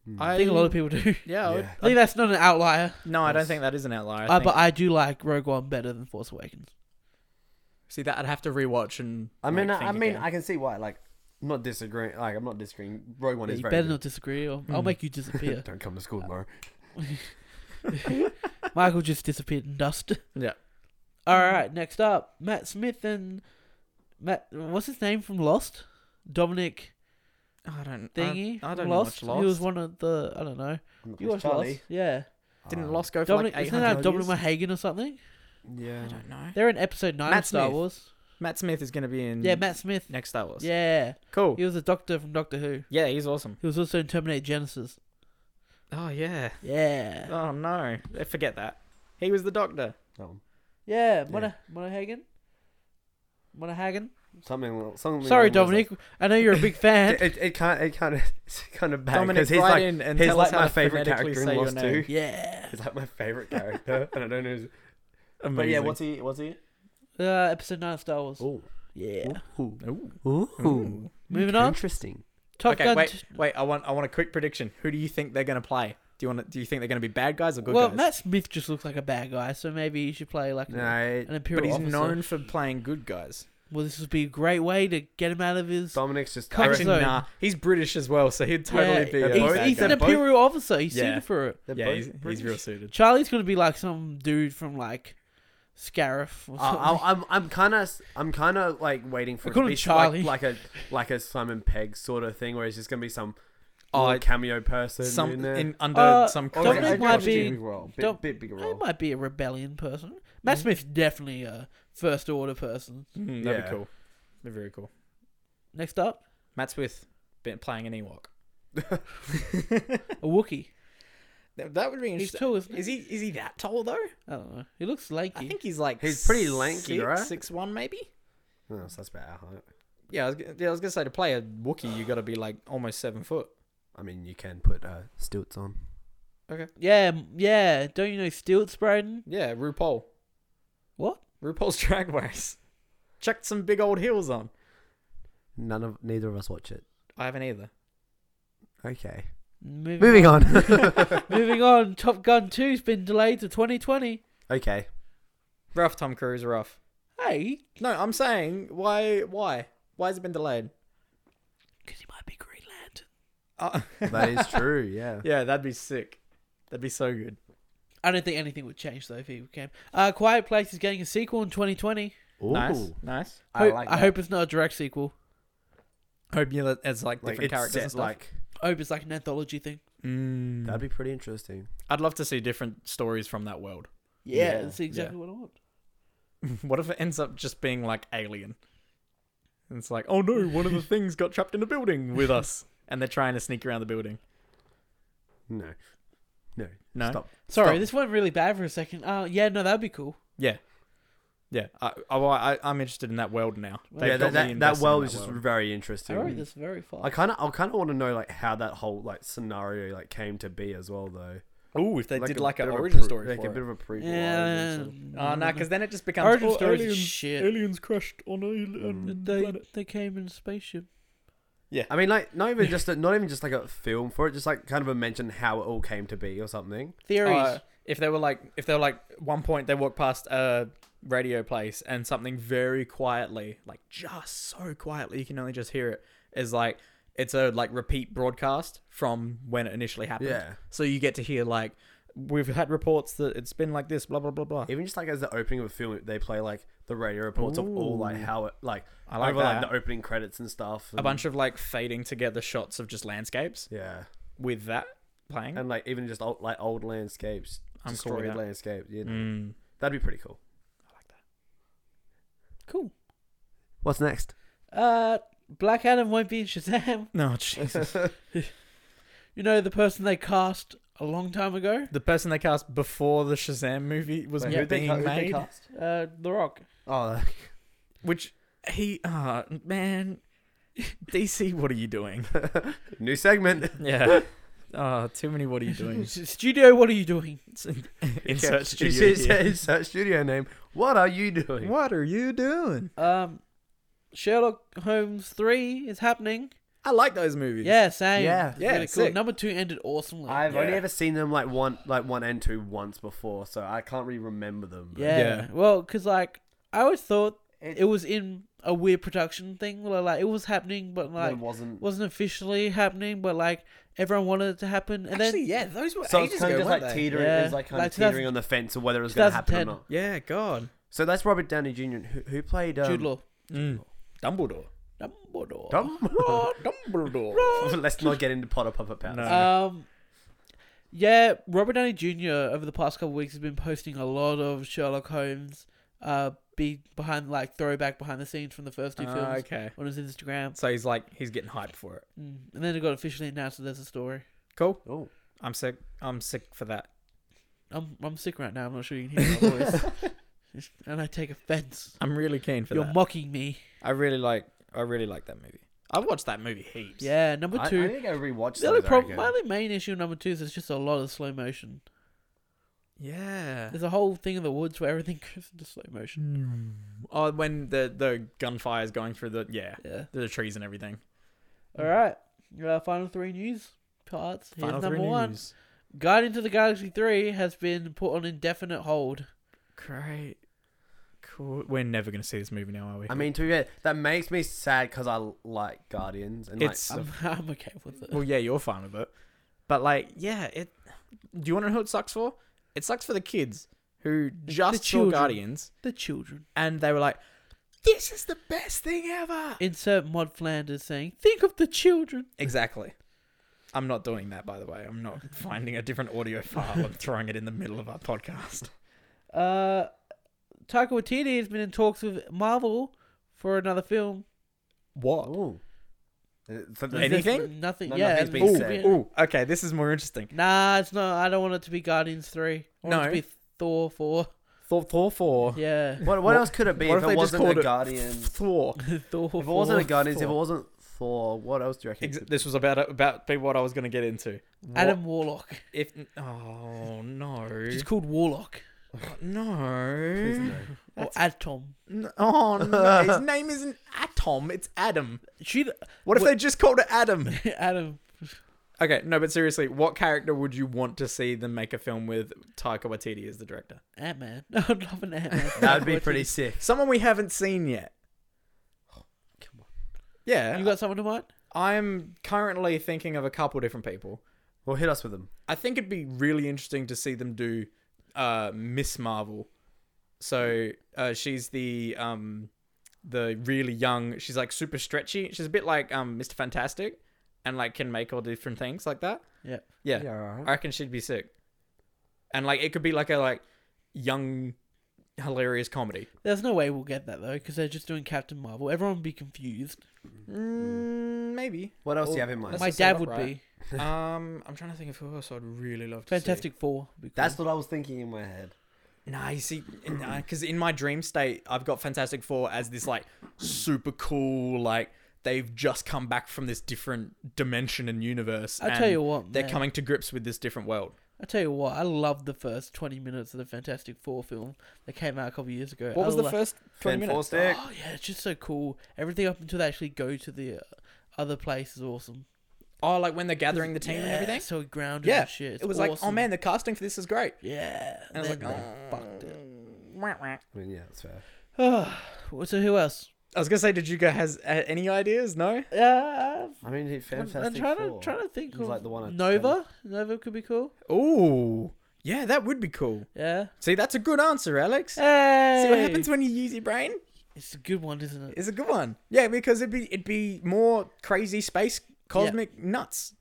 D: Mm.
A: I
C: I think a lot of people do.
A: Yeah. I would-
D: Yeah.
C: I think that's not an outlier,
A: no, I don't
D: Yes.
A: think that is an outlier. I
C: uh,
A: think,
C: but I do like Rogue One better than Force Awakens.
A: see that I'd have to rewatch and.
D: I mean,
A: like,
D: I, I
A: think
D: mean,
A: again.
D: I can see why. Like, I'm not disagreeing. Like, I'm not disagreeing. Rogue One
C: Yeah,
D: is
C: you
D: very
C: better
D: good.
C: not disagree, or I'll
A: Mm.
C: make you disappear.
D: Don't come to school tomorrow.
C: Michael just disappeared in dust.
A: Yeah.
C: All right, next up, Matt Smith and Matt. What's his name from Lost? Dominic
A: I don't. I-
C: Thingy.
A: I,
C: from
A: don't
C: Lost.
A: watch Lost.
C: He was one of the. I don't know. You watched Lost? Yeah.
D: Uh,
A: Didn't Lost go for
C: Dominic.
A: like
C: isn't
A: 800
C: that Dominic
A: years?
C: Mahagan or something?
D: Yeah.
A: I don't know.
C: They're in episode nine
A: Matt
C: of Star
A: Smith.
C: Wars.
A: Matt Smith is going to be in.
C: Yeah, Matt Smith.
A: Next Star Wars.
C: Yeah,
A: Cool.
C: he was a doctor from Doctor Who.
A: Yeah, he's awesome.
C: He was also in Terminator Genesis.
A: Oh yeah.
C: Yeah.
A: Oh no, I forget that. He was the doctor.
D: Um,
C: Yeah, Mona Monahagan. Monahagan.
D: something. Something.
C: Sorry,
D: along those
C: Dominic. I know you're a big fan.
D: lines. It, it, it kind of, it kind of, it's kind of bad
A: Dominic,
D: because he's
A: write
D: like,
A: in and
D: he's
A: tell
D: like
A: us how
D: my
A: to
D: favorite
A: phonetically
D: character
A: say
D: in
A: your
D: Lost
A: name.
D: too.
C: yeah.
D: He's like my favorite character, and I don't know. Who's...
A: Amazing.
D: But yeah, what's he? What's he?
C: Uh, episode nine of Star Wars.
D: Oh,
C: Yeah.
D: Ooh.
A: Ooh.
D: Ooh.
A: Ooh.
C: Moving on.
D: Interesting.
C: Top
A: okay,
C: Gun.
A: wait, wait. I want, I want a quick prediction. Who do you think they're gonna play? Do you want? To, do you think they're gonna be bad guys or good
C: well,
A: guys?
C: Matt Smith just looks like a bad guy, so maybe he should play like an-
D: No, it-
C: an imperial
A: but he's
C: officer.
A: known for playing good guys.
C: Well, this would be a great way to get him out of his.
D: Dominic's just.
C: Kind
D: I
C: of-
A: Actually,
C: so-
A: nah. He's British as well, so he'd
C: Yeah,
A: totally be.
D: they're
A: A
D: both
C: he's
A: bad
C: he's
A: guy.
C: an
D: They're both-
C: imperial officer. He's
A: Yeah.
C: suited for it.
D: reckon
A: Yeah,
D: they're
A: he's,
D: both
A: he's real
D: British.
A: suited.
C: Charlie's gonna be like some dude from like Scarif or something.
D: Uh, I- I'm I'm kind of I'm kind of like waiting for
C: I
D: it
C: call
D: to
C: him
D: be s-
C: Charlie.
D: like, like a like a Simon Pegg sort of thing, where it's just gonna be some
A: Oh,
D: little
A: I-
D: cameo person
A: Some
D: in there.
A: in under
C: Uh,
A: some.
C: Or
A: crazy-
C: Dominic I'd might watch be- Jimmy
D: role,
C: bit- Dom-
D: bit bigger
C: He might be a rebellion person. Matt Smith's definitely a first order person.
A: Mm, that'd
D: Yeah.
A: be cool. That'd be very cool.
C: Next up,
A: Matt Smith been playing an Ewok.
C: a Wookie.
A: That, that would be
C: He's
A: interesting.
C: tall, isn't he?
A: Is he is he that tall though?
C: I don't know. He looks lanky.
A: I think he's like
D: He's pretty lanky,
A: six,
D: right?
A: Six one maybe.
D: Oh, so that's about our height.
A: Yeah, I was, g- yeah, I was gonna say to play a Wookiee, you got to be like almost seven foot.
D: I mean, you can put uh, stilts on.
C: yeah, m- yeah. Don't you know Stilts, Braden?
A: Yeah, RuPaul.
C: What?
A: RuPaul's Drag Race. Chucked some big old heels on.
D: None of neither of us watch it.
A: I haven't either.
D: Okay,
C: Moving,
D: moving on.
C: Moving on, Top Gun 2's been delayed to 2020.
D: okay,
A: Rough Tom Cruise, rough.
C: Hey,
A: No, I'm saying why? Why? Why has it been delayed?
C: because he might be Green Lantern.
A: Uh,
D: that is true. Yeah.
A: yeah, that'd be sick. That'd be so good.
C: I don't think anything would change though if he came. Uh, Quiet Place is getting a sequel in 2020.
D: Ooh.
A: Nice, nice.
D: I
C: Hope-
D: like.
C: I
D: that.
C: hope it's not a direct sequel.
A: Hope you let it's like
D: like
A: different
D: it's
A: characters
D: set,
A: and stuff.
D: like
C: I hope it's like an anthology thing.
A: Mm.
D: that'd be pretty interesting.
A: I'd love to see different stories from that world.
C: Yeah,
D: Yeah.
C: that's exactly what I want.
A: what if it ends up just being like Alien? And it's like, oh no, one of the things got trapped in a building with us, and they're trying to sneak around the building.
D: No, no,
A: No,
D: stop.
C: Sorry,
A: Stop.
C: this went really bad for a second. Uh, yeah, no, that'd be cool.
A: yeah, yeah. I, I, I, I'm interested in that world now. They've
D: yeah,
A: got
D: that,
A: me
D: that, that
A: invested in
D: world is just
A: world.
D: very interesting.
C: I wrote this very far.
D: I kind of, I kind of want to know like how that whole like scenario like came to be as well, though.
A: Ooh, if they did
D: a
A: like an
D: bit of a
A: origin
D: pre-
A: story
D: like
A: for
D: a
A: it.
D: bit of a prequel.
C: yeah,
D: origin
A: Oh, no, because then it just becomes
C: Origin
A: oh,
C: stories is
A: aliens,
C: shit.
A: aliens crashed on a um,
C: they
A: planet.
C: they came in a spaceship.
D: story. I mean, like not even just a, not even just like a film for it, just like kind of a mention how it all came to be or something.
C: Theories.
A: Uh, if they were like, if they were like, one point they walked past a radio place and something very quietly, like just so quietly, you can only just hear it, is like, it's a like repeat broadcast from when it initially happened.
D: Yeah.
A: So you get to hear like we've had reports that it's been like this, blah blah blah blah.
D: Even just like as the opening of a film, they play like the radio reports of all like
A: Ooh.
D: how it like
A: I like
D: over
A: that.
D: like the opening credits and stuff.
A: a bunch of like fading together shots of just landscapes
D: yeah,
A: with that playing.
D: and like even just old, like old landscapes,
A: I'm cool with
D: destroyed
A: that.
D: landscapes. You know?
A: Mm.
D: That'd be pretty cool.
A: I like that.
C: Cool.
B: What's next?
C: Uh, Black Adam won't be in Shazam.
A: No, Jesus.
C: You know the person they cast a long time ago,
A: the person they cast before the Shazam movie was
D: Wait, who'd they
A: being
D: ca- who'd they
A: made,
D: cast?
C: uh, The Rock.
D: Oh,
A: which he, ah, man, DC, what are you doing?
D: new segment.
A: Yeah. Oh, too many. What are you doing?
C: Studio, what are you doing?
A: Insert
D: You
A: studio.
D: said-
A: here.
D: Insert studio name. What are you doing?
A: What are you doing?
C: Um, Sherlock Holmes three is happening.
A: I like those movies.
C: Yeah, same.
D: Yeah.
C: It's
A: Yeah,
C: really cool.
A: sick.
C: Number two ended awesomely.
D: I've only
A: Yeah.
D: ever seen them like one, like one and two once before, so I can't really remember them. but-
C: yeah.
A: Yeah.
C: Well, because like I always thought
D: It-
C: it, was in a weird production thing. Where, like it was happening, but
D: There
C: like
D: wasn't.
C: wasn't officially happening. But like everyone wanted it to happen, and
A: Actually,
C: then
A: yeah, those were
D: So it's
A: ages
D: kind
A: ago,
D: of just
A: weren't
D: like
A: they?
D: teetering. It was
C: Yeah.
D: like kind
C: Like
D: of
C: 2000
D: teetering on the fence of whether it was going to happen or
C: 2010.
D: not.
A: yeah, God.
D: So that's Robert Downey Jr. and Who, who played um,
C: Jude Law,
A: Mm. Dumbledore.
C: Dumbledore.
D: Dumbledore.
A: Dumbledore.
D: Let's not get into Potter Puppet Pals.
A: No.
C: Um, yeah, Robert Downey Jr. over the past couple of weeks has been posting a lot of Sherlock Holmes, uh, be behind like throwback behind the scenes from the first two films
A: Ah, okay.
C: on his Instagram,
A: So he's like, he's getting hyped for it.
C: Mm. and then it got officially announced that there's a story.
A: Cool.
D: Oh,
A: I'm sick. I'm sick for that.
C: I'm I'm sick right now. I'm not sure you can hear my voice, and I take offense.
A: I'm really keen for
C: You're
A: that.
C: mocking me.
A: I really like. I really like that movie. I watched that movie heaps.
C: Yeah, number
D: I, I
C: two.
D: need to go rewatch
C: the only
D: those. I
C: problem,
D: reckon.
C: my only main issue with number two is it's just a lot of slow motion.
A: Yeah.
C: There's a whole thing in the woods where everything goes into slow motion.
A: Oh, when the the gunfire is going through the yeah
C: Yeah.
A: the trees and everything.
C: All right. Uh, final three news parts. Here's
A: Final
C: number
A: three
C: one.
A: news.
C: Guide into the Galaxy 3 has been put on indefinite hold.
A: Great. Cool. We're never gonna see this movie now, are we?
D: I mean, to be fair, that makes me sad because I like Guardians and
A: It's-
D: like
C: I'm, I'm okay with it.
A: well, yeah, you're fine with it, but like, yeah, it. Do you want to know who it sucks for? It sucks for the kids who just saw
C: children.
A: Guardians
C: The children.
A: and they were like, "This is the best thing ever."
C: Insert Mod Flanders saying, Think of the children.
A: Exactly. I'm not doing that, by the way. I'm not finding a different audio file and throwing it in the middle of our podcast.
C: Uh, Taika Waititi has been in talks with Marvel for another film.
A: What?
D: Ooh. Uh, so the-
C: There's
A: Anything?
C: Nothing.
D: No,
C: yeah.
D: nothing's been
C: it's
D: said.
C: been-
A: Ooh, okay, this is more interesting.
C: Nah, it's not. I don't want it to be Guardians 3. I want it
A: No.
C: to be Thor 4.
A: Thor, Thor 4.
C: Yeah.
D: What, what else could it be
A: What
D: if,
A: if
D: it
A: they just
D: wasn't
A: called
D: a
A: it
D: Guardians?
A: Thor.
C: Thor 4.
D: If it wasn't a Guardians, if it
A: Thor.
D: wasn't Thor, what else do you reckon? it
A: Ex-
D: could be?
A: this was about about be what I was going to get into. What
C: Adam Warlock.
A: if oh no
C: He's called Warlock.
D: Please
A: no.
D: no.
C: Or Atom.
A: N- oh no his name isn't Atom it's Adam
C: She,
A: what if
C: What-
A: they just called it Adam
C: Adam.
A: okay no but seriously what character would you want to see them make a film with Taika Waititi as the director
C: Ant Man. I'd love an Ant Man.
D: That'd be pretty sick.
A: someone we haven't seen yet
D: Come on.
A: yeah
C: You got someone in mind?
A: I'm currently thinking of a couple different people
D: Well, hit us with them.
A: I think it'd be really interesting to see them do uh, Miss Marvel. So uh, she's the um, the really young. She's like super stretchy. She's a bit like um, Mr. Fantastic, and like can make all different things like that.
C: Yeah.
A: yeah.
D: alright.
A: I reckon she'd be sick, and like it could be like a like young hilarious comedy.
C: There's no way we'll get that though, because they're just doing Captain Marvel. Everyone would be confused.
A: Mm, maybe.
D: What else do you
A: Well,
D: have in mind?
A: That's
C: My
A: the setup,
C: dad would
A: right?
C: be
A: um, I'm trying to think of who else I'd really love to see.
C: Fantastic Four. would be cool.
D: That's what I was thinking in my head.
A: Nah, you see, because in my dream state, I've got Fantastic Four as this like super cool, like they've just come back from this different dimension and universe.
C: I tell
A: and
C: you what,
A: they're
C: man.
A: coming to grips with this different world.
C: I tell you what, I love the first 20 minutes of the Fantastic Four film that came out a couple years ago.
A: What
C: I
A: was the
C: lo-
A: first twenty
D: Fan
A: minutes?
D: Forstick.
C: Oh yeah, it's just so cool. Everything up until they actually go to the uh, other place is awesome.
A: Oh, like when they're gathering the team and
C: Yeah,
A: everything.
C: So grounded.
A: Yeah,
C: and shit. It's
A: it was like, oh
C: awesome.
A: man, the casting for this is great.
C: Yeah.
A: And I was
C: then
A: like, "Mm."
C: they fucked it.
D: I mean, yeah, that's fair.
C: Well, so who else?
A: I was gonna say, did you guys has uh, any ideas? No.
C: Uh,
D: I mean, he-
C: I'm,
D: Fantastic
C: I'm trying
D: Four.
C: to trying to think
D: It was
C: of
D: like the one I-
C: Nova. Nova could be cool.
A: Ooh, Yeah, that would be cool.
C: Yeah.
A: See, that's a good answer, Alex.
C: Hey.
A: See what happens when you use your brain?
C: It's a good one, isn't it?
A: It's a good one. Yeah, because it'd be it'd be more crazy space cosmic nuts,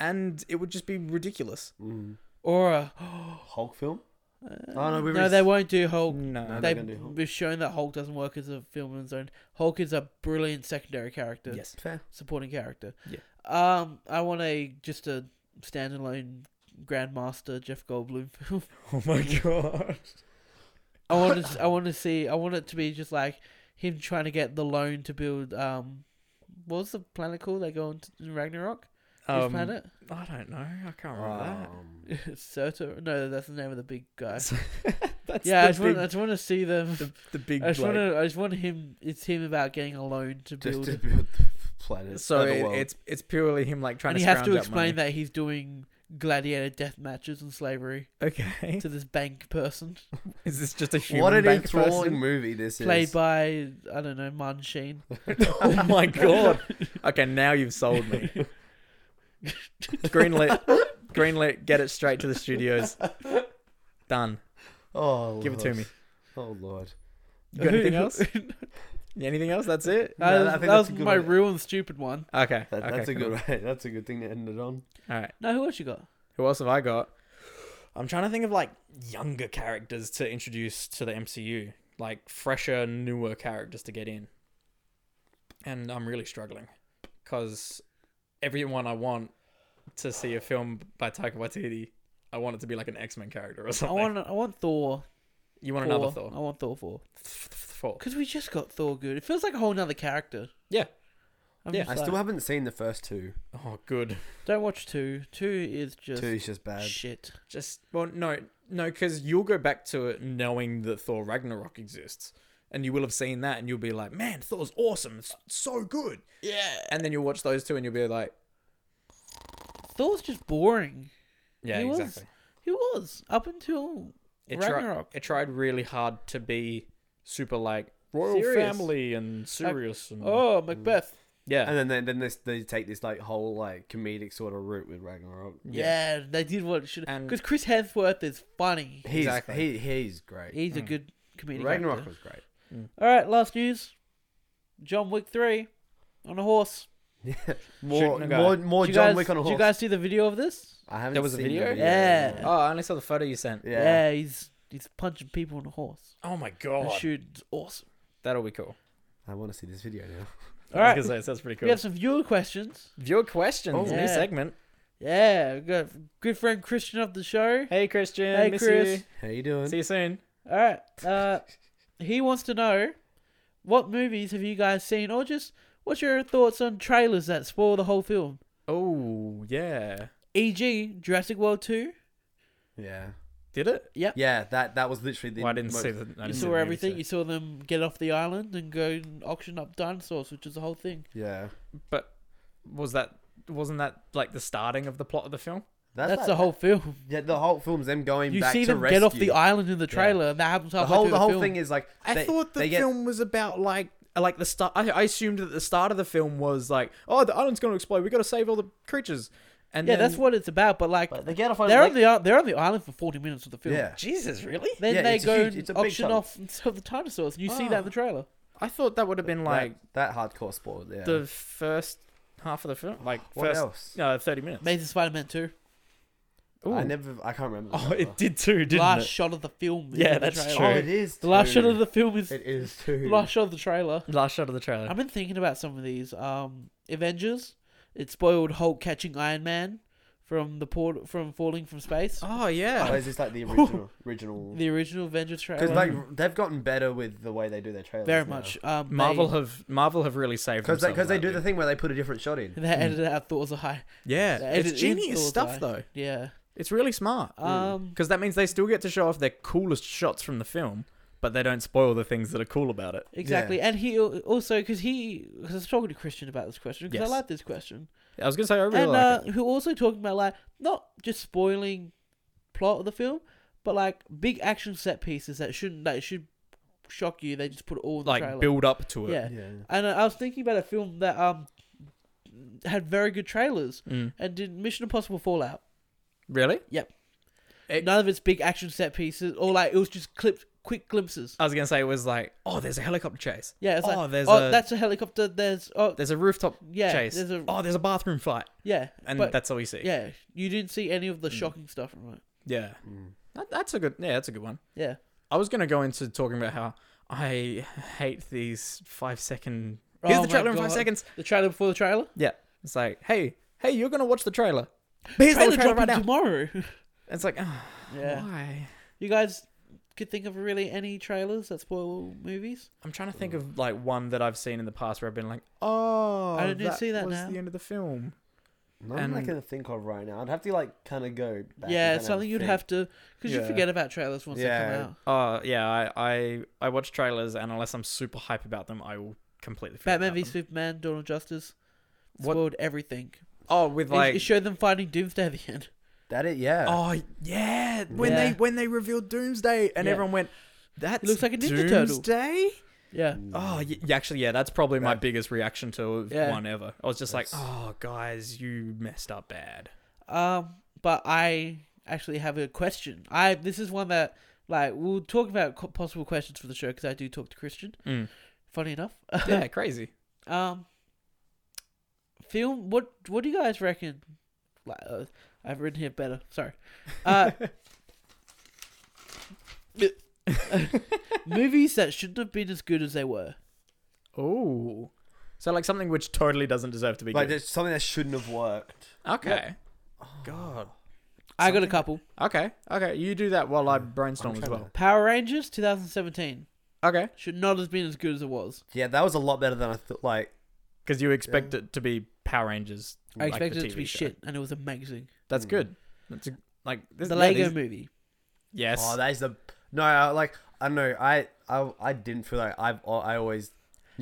A: and it would just be ridiculous.
D: Mm.
C: Or a,
D: Hulk film? oh no, we
C: no,
D: already-
C: they won't do Hulk.
A: No.
D: No.
C: They,
D: they're gonna do Hulk.
C: we've shown that Hulk doesn't work as a film on its own. Hulk is a brilliant secondary character,
A: Yes.
D: fair.
C: supporting character.
A: Yeah.
C: Um, I want a just a standalone Grandmaster Jeff Goldblum film.
A: Oh my god.
C: I want to. I want to see. I want it to be just like him trying to get the loan to build. Um, what was the planet called? They go on to in Ragnarok. Which
A: Um,
C: planet?
A: I don't know. I can't remember
D: Um,
C: Surtur. No, that's the name of the big guy.
A: that. That's
C: yeah, I
A: the
C: just, want,
A: big-
C: I just want to see them.
A: the, the big.
C: I just want
A: bloke.
C: to. I just want him. It's him about getting a loan to
D: just
C: build.
D: to build the planet.
A: So
D: uh, the
A: it,
D: world.
A: it's it's purely him like trying
C: and
A: to
C: you have to
A: scrounge up
C: explain that he's doing gladiator death matches and slavery
A: money. Okay.
C: to this bank person
A: Is this just a human
D: what an
A: bank
D: enthralling
A: person?
D: movie this
C: played
D: is.
C: by I don't know Martin Sheen.
A: oh my god. Okay, now you've sold me. Greenlit. Greenlit. Get it straight to the studios. Done.
D: oh,
A: Give it to
D: Lord.
A: me.
D: Oh lord.
A: You got anything else? Anything else? That's it.
C: I-
D: No, I
C: that
D: think
C: was
D: that's a good
C: my
D: one.
C: real and stupid one.
A: Okay.
D: That,
A: okay
D: that's a
A: cool.
D: good. That's a good thing to end it on.
A: All right.
C: No, who else you got?
A: Who else have I got? I'm trying to think of like younger characters to introduce to the MCU, like fresher, newer characters to get in. And I'm really struggling because everyone I want to see a film by Taika Waititi, I want it to be like an X Men character or
C: I
A: something.
C: want I want Thor.
A: you want
C: Thor.
A: another Thor?
C: I want Thor four
A: Thor.
C: because we just got Thor good. It feels like a whole nother character.
A: Yeah.
C: I'm
A: Yeah.
C: just
D: I
C: like,
D: still haven't seen the first two.
A: Oh, good.
C: don't watch two. Two is just
D: two is just bad.
C: shit.
A: Just well, no, no, because you'll go back to it knowing that Thor Ragnarok exists, and you will have seen that, and you'll be like, "Man, Thor's awesome! It's so good!"
C: Yeah,
A: And then you'll watch those two, and you'll be like,
C: Thor's just boring.
A: "Yeah,
C: He was
A: exactly."
C: He was up until
A: It, tri-
C: Ragnarok.
A: it tried really hard to be super like royal
C: Serious.
A: family and serious. and,
C: oh, Macbeth.
A: yeah,
D: And then they, then this, they take this like whole like comedic sort of route with Ragnarok.
C: Yeah, they did what it should.
A: And-
C: Because Chris Hemsworth is funny.
D: He's
A: Exactly.
D: he he's great.
C: He's a good comedian.
D: Ragnarok was great.
C: All right, last news. John Wick three on a horse.
D: More
A: Shooting a guy.
D: more more
C: Did you
D: Oh, John
C: guys,
D: Wick on a
C: did
D: horse.
C: you guys see the video of this?
D: I haven't.
A: There was a
D: seen the
A: video?
C: Yeah.
A: Oh, I only saw the photo you sent.
D: Yeah.
C: Yeah, he's he's punching people on a horse.
A: Oh my
C: The
A: god,
C: shooting's awesome.
A: that'll be cool.
D: I want to see this video now.
C: All right,
A: I was gonna say, it sounds pretty
C: we
A: cool.
C: have some viewer questions.
A: Viewer questions,
D: Oh.
A: new
C: Yeah.
A: segment.
C: Yeah, we got good friend Christian of the show.
A: Hey Christian,
C: Hey,
A: miss
C: Chris.
D: How you doing?
A: you. See you soon.
C: All right, uh, he wants to know what movies have you guys seen, or just what's your thoughts on trailers that spoil the whole film?
A: Oh yeah,
C: E.g., Jurassic World two.
D: yeah.
A: did it?
D: Yeah. That that was literally the.
A: Well, I didn't
D: most-
A: see the. I
C: You
A: didn't
C: saw
A: see the
C: everything. You
A: movie,
C: saw them get off the island and go and auction up dinosaurs, which is the whole thing.
D: Yeah.
A: so- But was that wasn't that like the starting of the plot of the film?
C: That's,
D: like-
C: the whole film.
D: Yeah, the whole film's them going
C: You
D: back
C: see
D: to
C: them
D: rescue.
C: get off the island in the trailer, and that happens
D: The
C: halfway
D: whole
C: through
D: the whole
C: film.
D: thing is like
A: I
D: they-
A: thought the
D: they get-
A: film was about like like the start. I, I assumed that the start of the film was like, oh, the island's going to explode. We got to save all the creatures. And
C: yeah,
A: then-
C: that's what it's about. But like,
D: But they get off.
C: they're on the i- they're on the island for forty minutes of the film.
D: yeah.
A: Jesus, really?
C: Then
D: Yeah,
C: they
D: it's a
C: go
D: huge- it's a
C: and
D: big
C: auction
D: chunk.
C: off and sell the dinosaurs. And you see that in the trailer.
A: I thought that would have been like
D: that, that hardcore spoiled. Yeah.
A: the first half of the film, like
D: what
A: first
D: else?
A: no thirty minutes.
C: Amazing Spider-Man two.
A: Ooh.
D: I never. I can't remember.
A: Oh,
D: the
A: it did too, didn't
C: last
A: it?
C: shot of the film. is
A: Yeah,
C: in the
A: that's
C: trailer.
A: true.
D: Oh, it is.
C: The last shot
D: two.
C: of the film is
D: It is too.
C: the last shot of the trailer.
A: last shot of the trailer.
C: I've been thinking about some of these. Um, Avengers. It spoiled Hulk catching Iron Man from the port from falling from space.
A: oh
D: Or
A: yeah.
D: is this like the original? original.
C: The original Avengers trailer.
D: Because like they've gotten better with the way they do their trailers.
C: very
D: now.
C: much. Um, they-
A: Marvel have Marvel have really saved
D: Because
A: themselves
D: because they,
A: lately.
D: do the thing where they put a different shot in.
C: They edited
A: Mm.
C: out Thor's eye.
A: Yeah,
C: They
A: it's
C: edited in
A: genius
C: Thor's
A: stuff
C: eye.
A: though.
C: Yeah.
A: It's really smart
C: Um.
A: because that means they still get to show off their coolest shots from the film, but they don't spoil the things that are cool about it.
C: Exactly. And he al- also because he because I was talking to Christian about this question because
A: Yes.
C: I like this question
A: I was gonna say I really
C: and
A: like
C: uh,
A: it.
C: who also talking about like not just spoiling plot of the film but like big action set pieces that shouldn't that should shock you. They just put it all in the
A: Like
C: uh, trailer.
A: build up to it.
C: yeah. And I I was thinking about a film that um had very good trailers
A: Mm.
C: and did Mission Impossible Fallout.
A: Really?
C: Yep.
A: It-
C: None of it's big action set pieces, or like it was just clip, quick glimpses.
A: I was gonna say it was like, oh, there's a helicopter chase.
C: Yeah, it's
A: oh,
C: like
A: there's
C: oh,
A: a
C: that's a helicopter. There's oh
A: there's a rooftop
C: yeah,
A: chase.
C: there's a
A: oh, there's a bathroom fight,
C: yeah,
A: and
C: but-
A: that's Mm. all you see.
C: yeah. You didn't see any of the shocking stuff from it.
A: yeah.
D: Mm.
A: That, that's a good. Yeah, that's a good one.
C: Yeah,
A: I was gonna go into talking about how I hate these five second. Here's
C: Oh
A: the
C: my
A: trailer in five
C: God.
A: seconds.
C: the trailer before the trailer.
A: Yeah, it's like, hey, hey, you're gonna watch the trailer. But here's the
C: Trailer
A: trailer, right
C: dropping
A: now.
C: tomorrow.
A: It's like, oh,
C: yeah,
A: why?
C: you guys could think of really any trailers that spoil movies.
A: I'm trying to think of like one that I've seen in the past where I've been like, oh,
C: I didn't see that
A: was
C: now.
A: the end of the film.
D: None that I
A: And-
D: can think of right now. I'd have to like kind of go. Back
C: yeah,
D: and
C: it's
D: kinda
C: something you'd
D: think.
C: have to because you
A: Yeah.
C: forget about trailers once they
D: Yeah.
C: come out.
A: Uh, yeah, I, I I watch trailers and unless I'm super hype about them, I will completely forget
C: Batman
A: about
C: v
A: them.
C: Superman, Dawn of Justice,
A: What-
C: spoiled everything.
A: Oh, with
C: It-
A: like,
C: it showed them fighting Doomsday at the end.
D: That it, yeah.
A: oh yeah, when
C: Yeah.
A: they when they revealed Doomsday and
C: Yeah.
A: everyone went, that
C: looks like a Ninja Turtle."
A: Doomsday.
C: Yeah,
D: Mm.
A: Oh, y- yeah, actually, yeah, that's probably my
D: That-
A: biggest reaction to
C: Yeah.
A: one ever. I was just like,
D: That's-
A: oh, guys, you messed up bad.
C: Um, but I actually have a question. I this is one that like we'll talk about co- possible questions for the show because I do talk to Christian.
A: Mm.
C: Funny enough,
A: Yeah, crazy.
C: um, film. What what do you guys reckon? Like, uh, I've written here better. Sorry. Uh, movies that shouldn't have been as good as they were.
A: Oh, so like something which totally doesn't deserve to be
D: like
A: good.
D: there's something that shouldn't have worked.
A: Okay.
C: Oh,
A: God.
C: I got a
A: Something-
C: couple.
A: Okay. Okay. You do that while I brainstorm
D: I'm
A: as
D: trying
A: well.
C: Power Rangers 2017
A: Okay.
C: should not have been as good as it was.
D: Yeah, that was a lot better than I thought. Like,
A: Because you expect it to be Power Rangers.
C: I
A: like the
C: expected it to
A: TV
C: be
A: show.
C: shit, and it was amazing.
A: That's
D: Mm.
A: good. That's a, like this,
C: the
A: yeah,
C: Lego
A: these-
C: movie.
A: Yes.
D: oh, that is the no. I, like, I don't know. I, I, I didn't feel like I've. I always.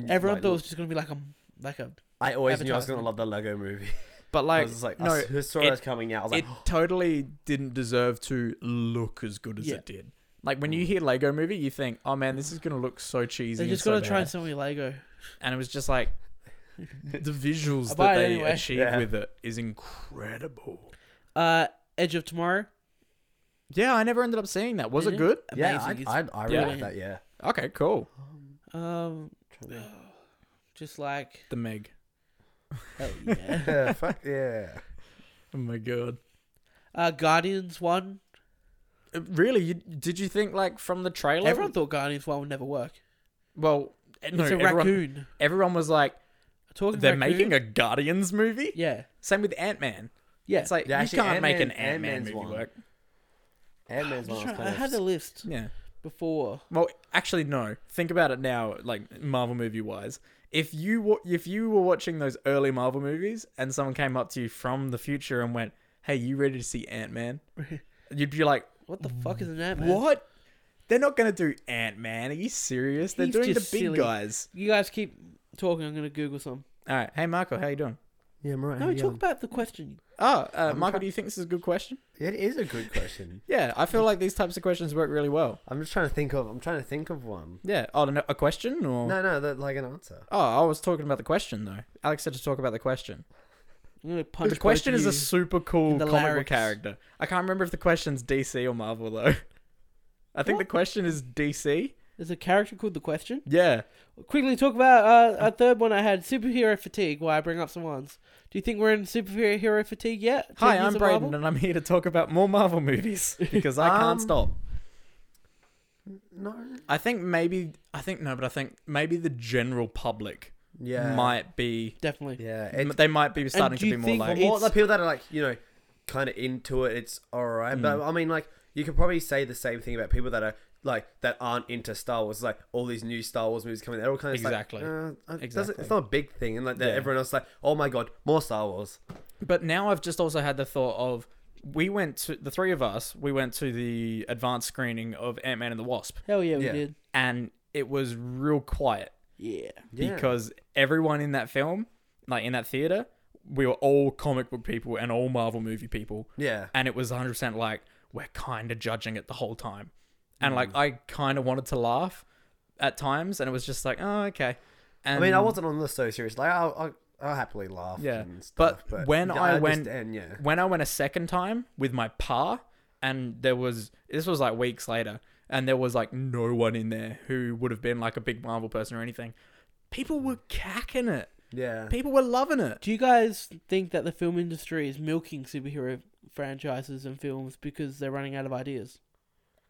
C: Everyone
D: like,
C: thought it was just gonna be like a like a
D: I always knew I was
C: advertisement.
D: gonna love the Lego Movie.
A: but
D: I
A: like,
D: was just like,
A: no,
D: I s- saw
A: it-
D: that was coming out. I was like, "Oh."
A: it totally didn't deserve to look as good as
C: Yeah.
A: it did. Like when you
D: Hmm.
A: hear Lego movie, you think, "Oh man, this is gonna look so cheesy."
C: they
A: and
C: just
A: so
C: gotta try
A: bad."
C: and sell me Lego.
A: and it was just like the visuals
C: I'll
A: that
C: buy it
A: they
C: anyway.
A: achieve
D: Yeah.
A: with it is incredible.
C: Uh, Edge of Tomorrow.
A: Yeah, I never ended up seeing that. Was
C: Did
A: it
C: you?
A: good?
D: yeah,
C: Amazing.
D: I, I, I really
A: yeah.
D: like that. Yeah.
A: Okay, cool.
C: It's- um,
D: Trying to-
C: just like
A: The Meg.
C: hell yeah.
D: yeah, fuck yeah.
A: Oh my god.
C: uh, Guardians One.
A: Uh, Really? You, did you think like from the trailer?
C: Everyone thought Guardians One would never work.
A: well, eh, no,
C: it's a
A: everyone,
C: raccoon.
A: everyone was like,
C: Talking
A: they're making a Guardians movie.
C: yeah
A: Same with Ant Man.
C: yeah.
A: It's like
D: Yeah,
A: you
D: actually,
A: can't make an
D: Ant-Man-
A: Ant Man
D: Ant-Man's
A: movie
D: one.
A: work.
D: Ant
C: I'm
D: Man's
C: just
D: one. was
C: trying-
D: kind
C: I
D: of
C: had a list
A: Yeah.
C: before.
A: Well, actually, no. Think about it now, like Marvel movie wise. If you wa- if you were watching those early Marvel movies and someone came up to you from the future and went, "Hey, you ready to see Ant Man?" You'd be like,
C: What the fuck is an Ant Man?
A: Mm. "What? They're not gonna do Ant Man? Are you serious? They're
C: He's
A: doing the big
C: just silly.
A: guys."
C: You guys keep talking. I'm gonna Google some.
A: All right. Hey, Michael, how you doing?
D: yeah, I'm right.
C: No, we talk about the question.
A: Oh, uh,
D: I'm
A: Michael,
D: fine.
A: do you think this is a good question?
D: It is a good question.
A: Yeah, I feel like these types of questions work really well.
D: I'm just trying to think of. I'm trying to think of one.
A: Yeah. Oh, no, a question or?
D: No, no, that, like an answer.
A: Oh, I was talking about the question though. Alex said to talk about the question.
C: I'm gonna punch.
A: the question
C: both
A: is
C: of
A: a
C: you.
A: super cool
C: the
A: comic book
C: larynx.
A: character. I can't remember if the question's DC or Marvel though. I think the question is DC.
C: There's a character called the question.
A: Yeah.
C: quickly talk about uh, a third one I had superhero fatigue. Why I bring up some ones. Do you think we're in superhero fatigue yet? Ten
A: Hi,
C: years
A: I'm
C: of
A: Braden,
C: Marvel?
A: and I'm here to talk about more Marvel movies because I can't
D: Um,
A: stop.
D: No.
A: I think maybe I think no, but I think maybe the general public
D: Yeah.
A: might be
C: Definitely.
D: Yeah. It,
A: they might be starting
C: do
A: to
C: you
A: be more
C: think
A: like
D: for more
C: It's-
D: the people that are like you know, kind of into it, it's all right.
A: Mm.
D: But I mean, like you could probably say the same thing about people that are like that aren't into Star Wars. Like all these new Star Wars movies coming, they're all kind of
A: Exactly.
D: Like, uh, it doesn't-
A: Exactly.
D: It's not a big thing, and like that
A: Yeah.
D: everyone else is like, oh my god, more Star Wars.
A: But now I've just also had the thought of we went to the three of us, we went to the advanced screening of Ant Man and the Wasp
C: Hell yeah, we
D: Yeah.
C: did.
A: and it was real quiet
C: Yeah.
D: Yeah.
A: because everyone in that film, like in that theater, we were all comic book people and all Marvel movie people
D: yeah.
A: and it was 100% like we're kind of judging it the whole time. And
D: Mm.
A: like I kind of wanted to laugh at times and it was just like, "Oh, okay."
D: I
A: And
D: mean, I wasn't on this so serious. Like, I'll, I'll, I'll happily laugh.
A: Yeah,
D: and
A: but
D: stuff,
A: when I
D: just-
A: went-
D: and yeah,
A: when I went a second time with my pa, and there was this was like weeks later, and there was like no one in there who would have been like a big Marvel person or anything.
D: Mm.
A: People were cacking it.
D: Yeah.
A: People were loving it.
C: Do you guys think that the film industry is milking superhero franchises and films because they're running out of ideas?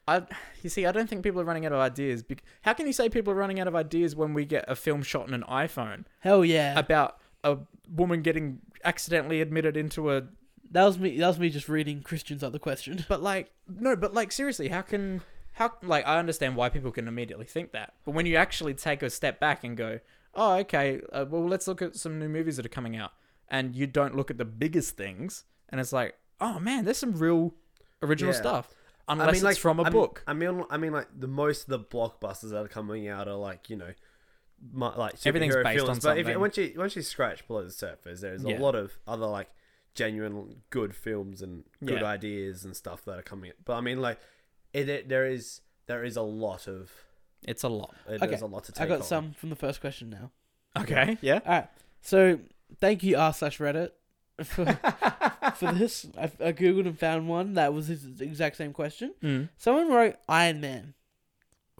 A: I, you see, I don't think people are running out of ideas. bec- How can you say people are running out of ideas when we get a film shot in an iPhone
C: Hell yeah.
A: about a woman getting accidentally admitted into a?
C: that was me that was me just reading Christians other question.
A: But like, no, but like seriously, how can how like I understand why people can immediately think that, but when you actually take a step back and go, oh, okay, uh, well, let's look at some new movies that are coming out, and you don't look at the biggest things, and it's like, oh man, there's some real original
D: Yeah.
A: stuff, unless it's from a
D: I mean-
A: book.
D: I mean, I mean, like the most of the blockbusters that are coming out are like you know, mu- like
A: Everything's
D: superhero
A: based
D: films.
A: on
D: but if
A: something.
D: you, once you once you scratch below the surface, there's
A: Yeah.
D: a lot of other like genuine good films and good
A: Yeah.
D: ideas and stuff that are coming. But I mean, like, it, it there is there is a lot of
A: It's a lot.
D: it,
C: Okay,
D: there's a lot to take.
C: I got
D: on.
C: some from the first question now.
A: Okay, yeah.
C: All right. So thank you r slash Reddit for, for this. I, I googled and found one that was his exact same question.
A: Mm.
C: Someone wrote Iron Man.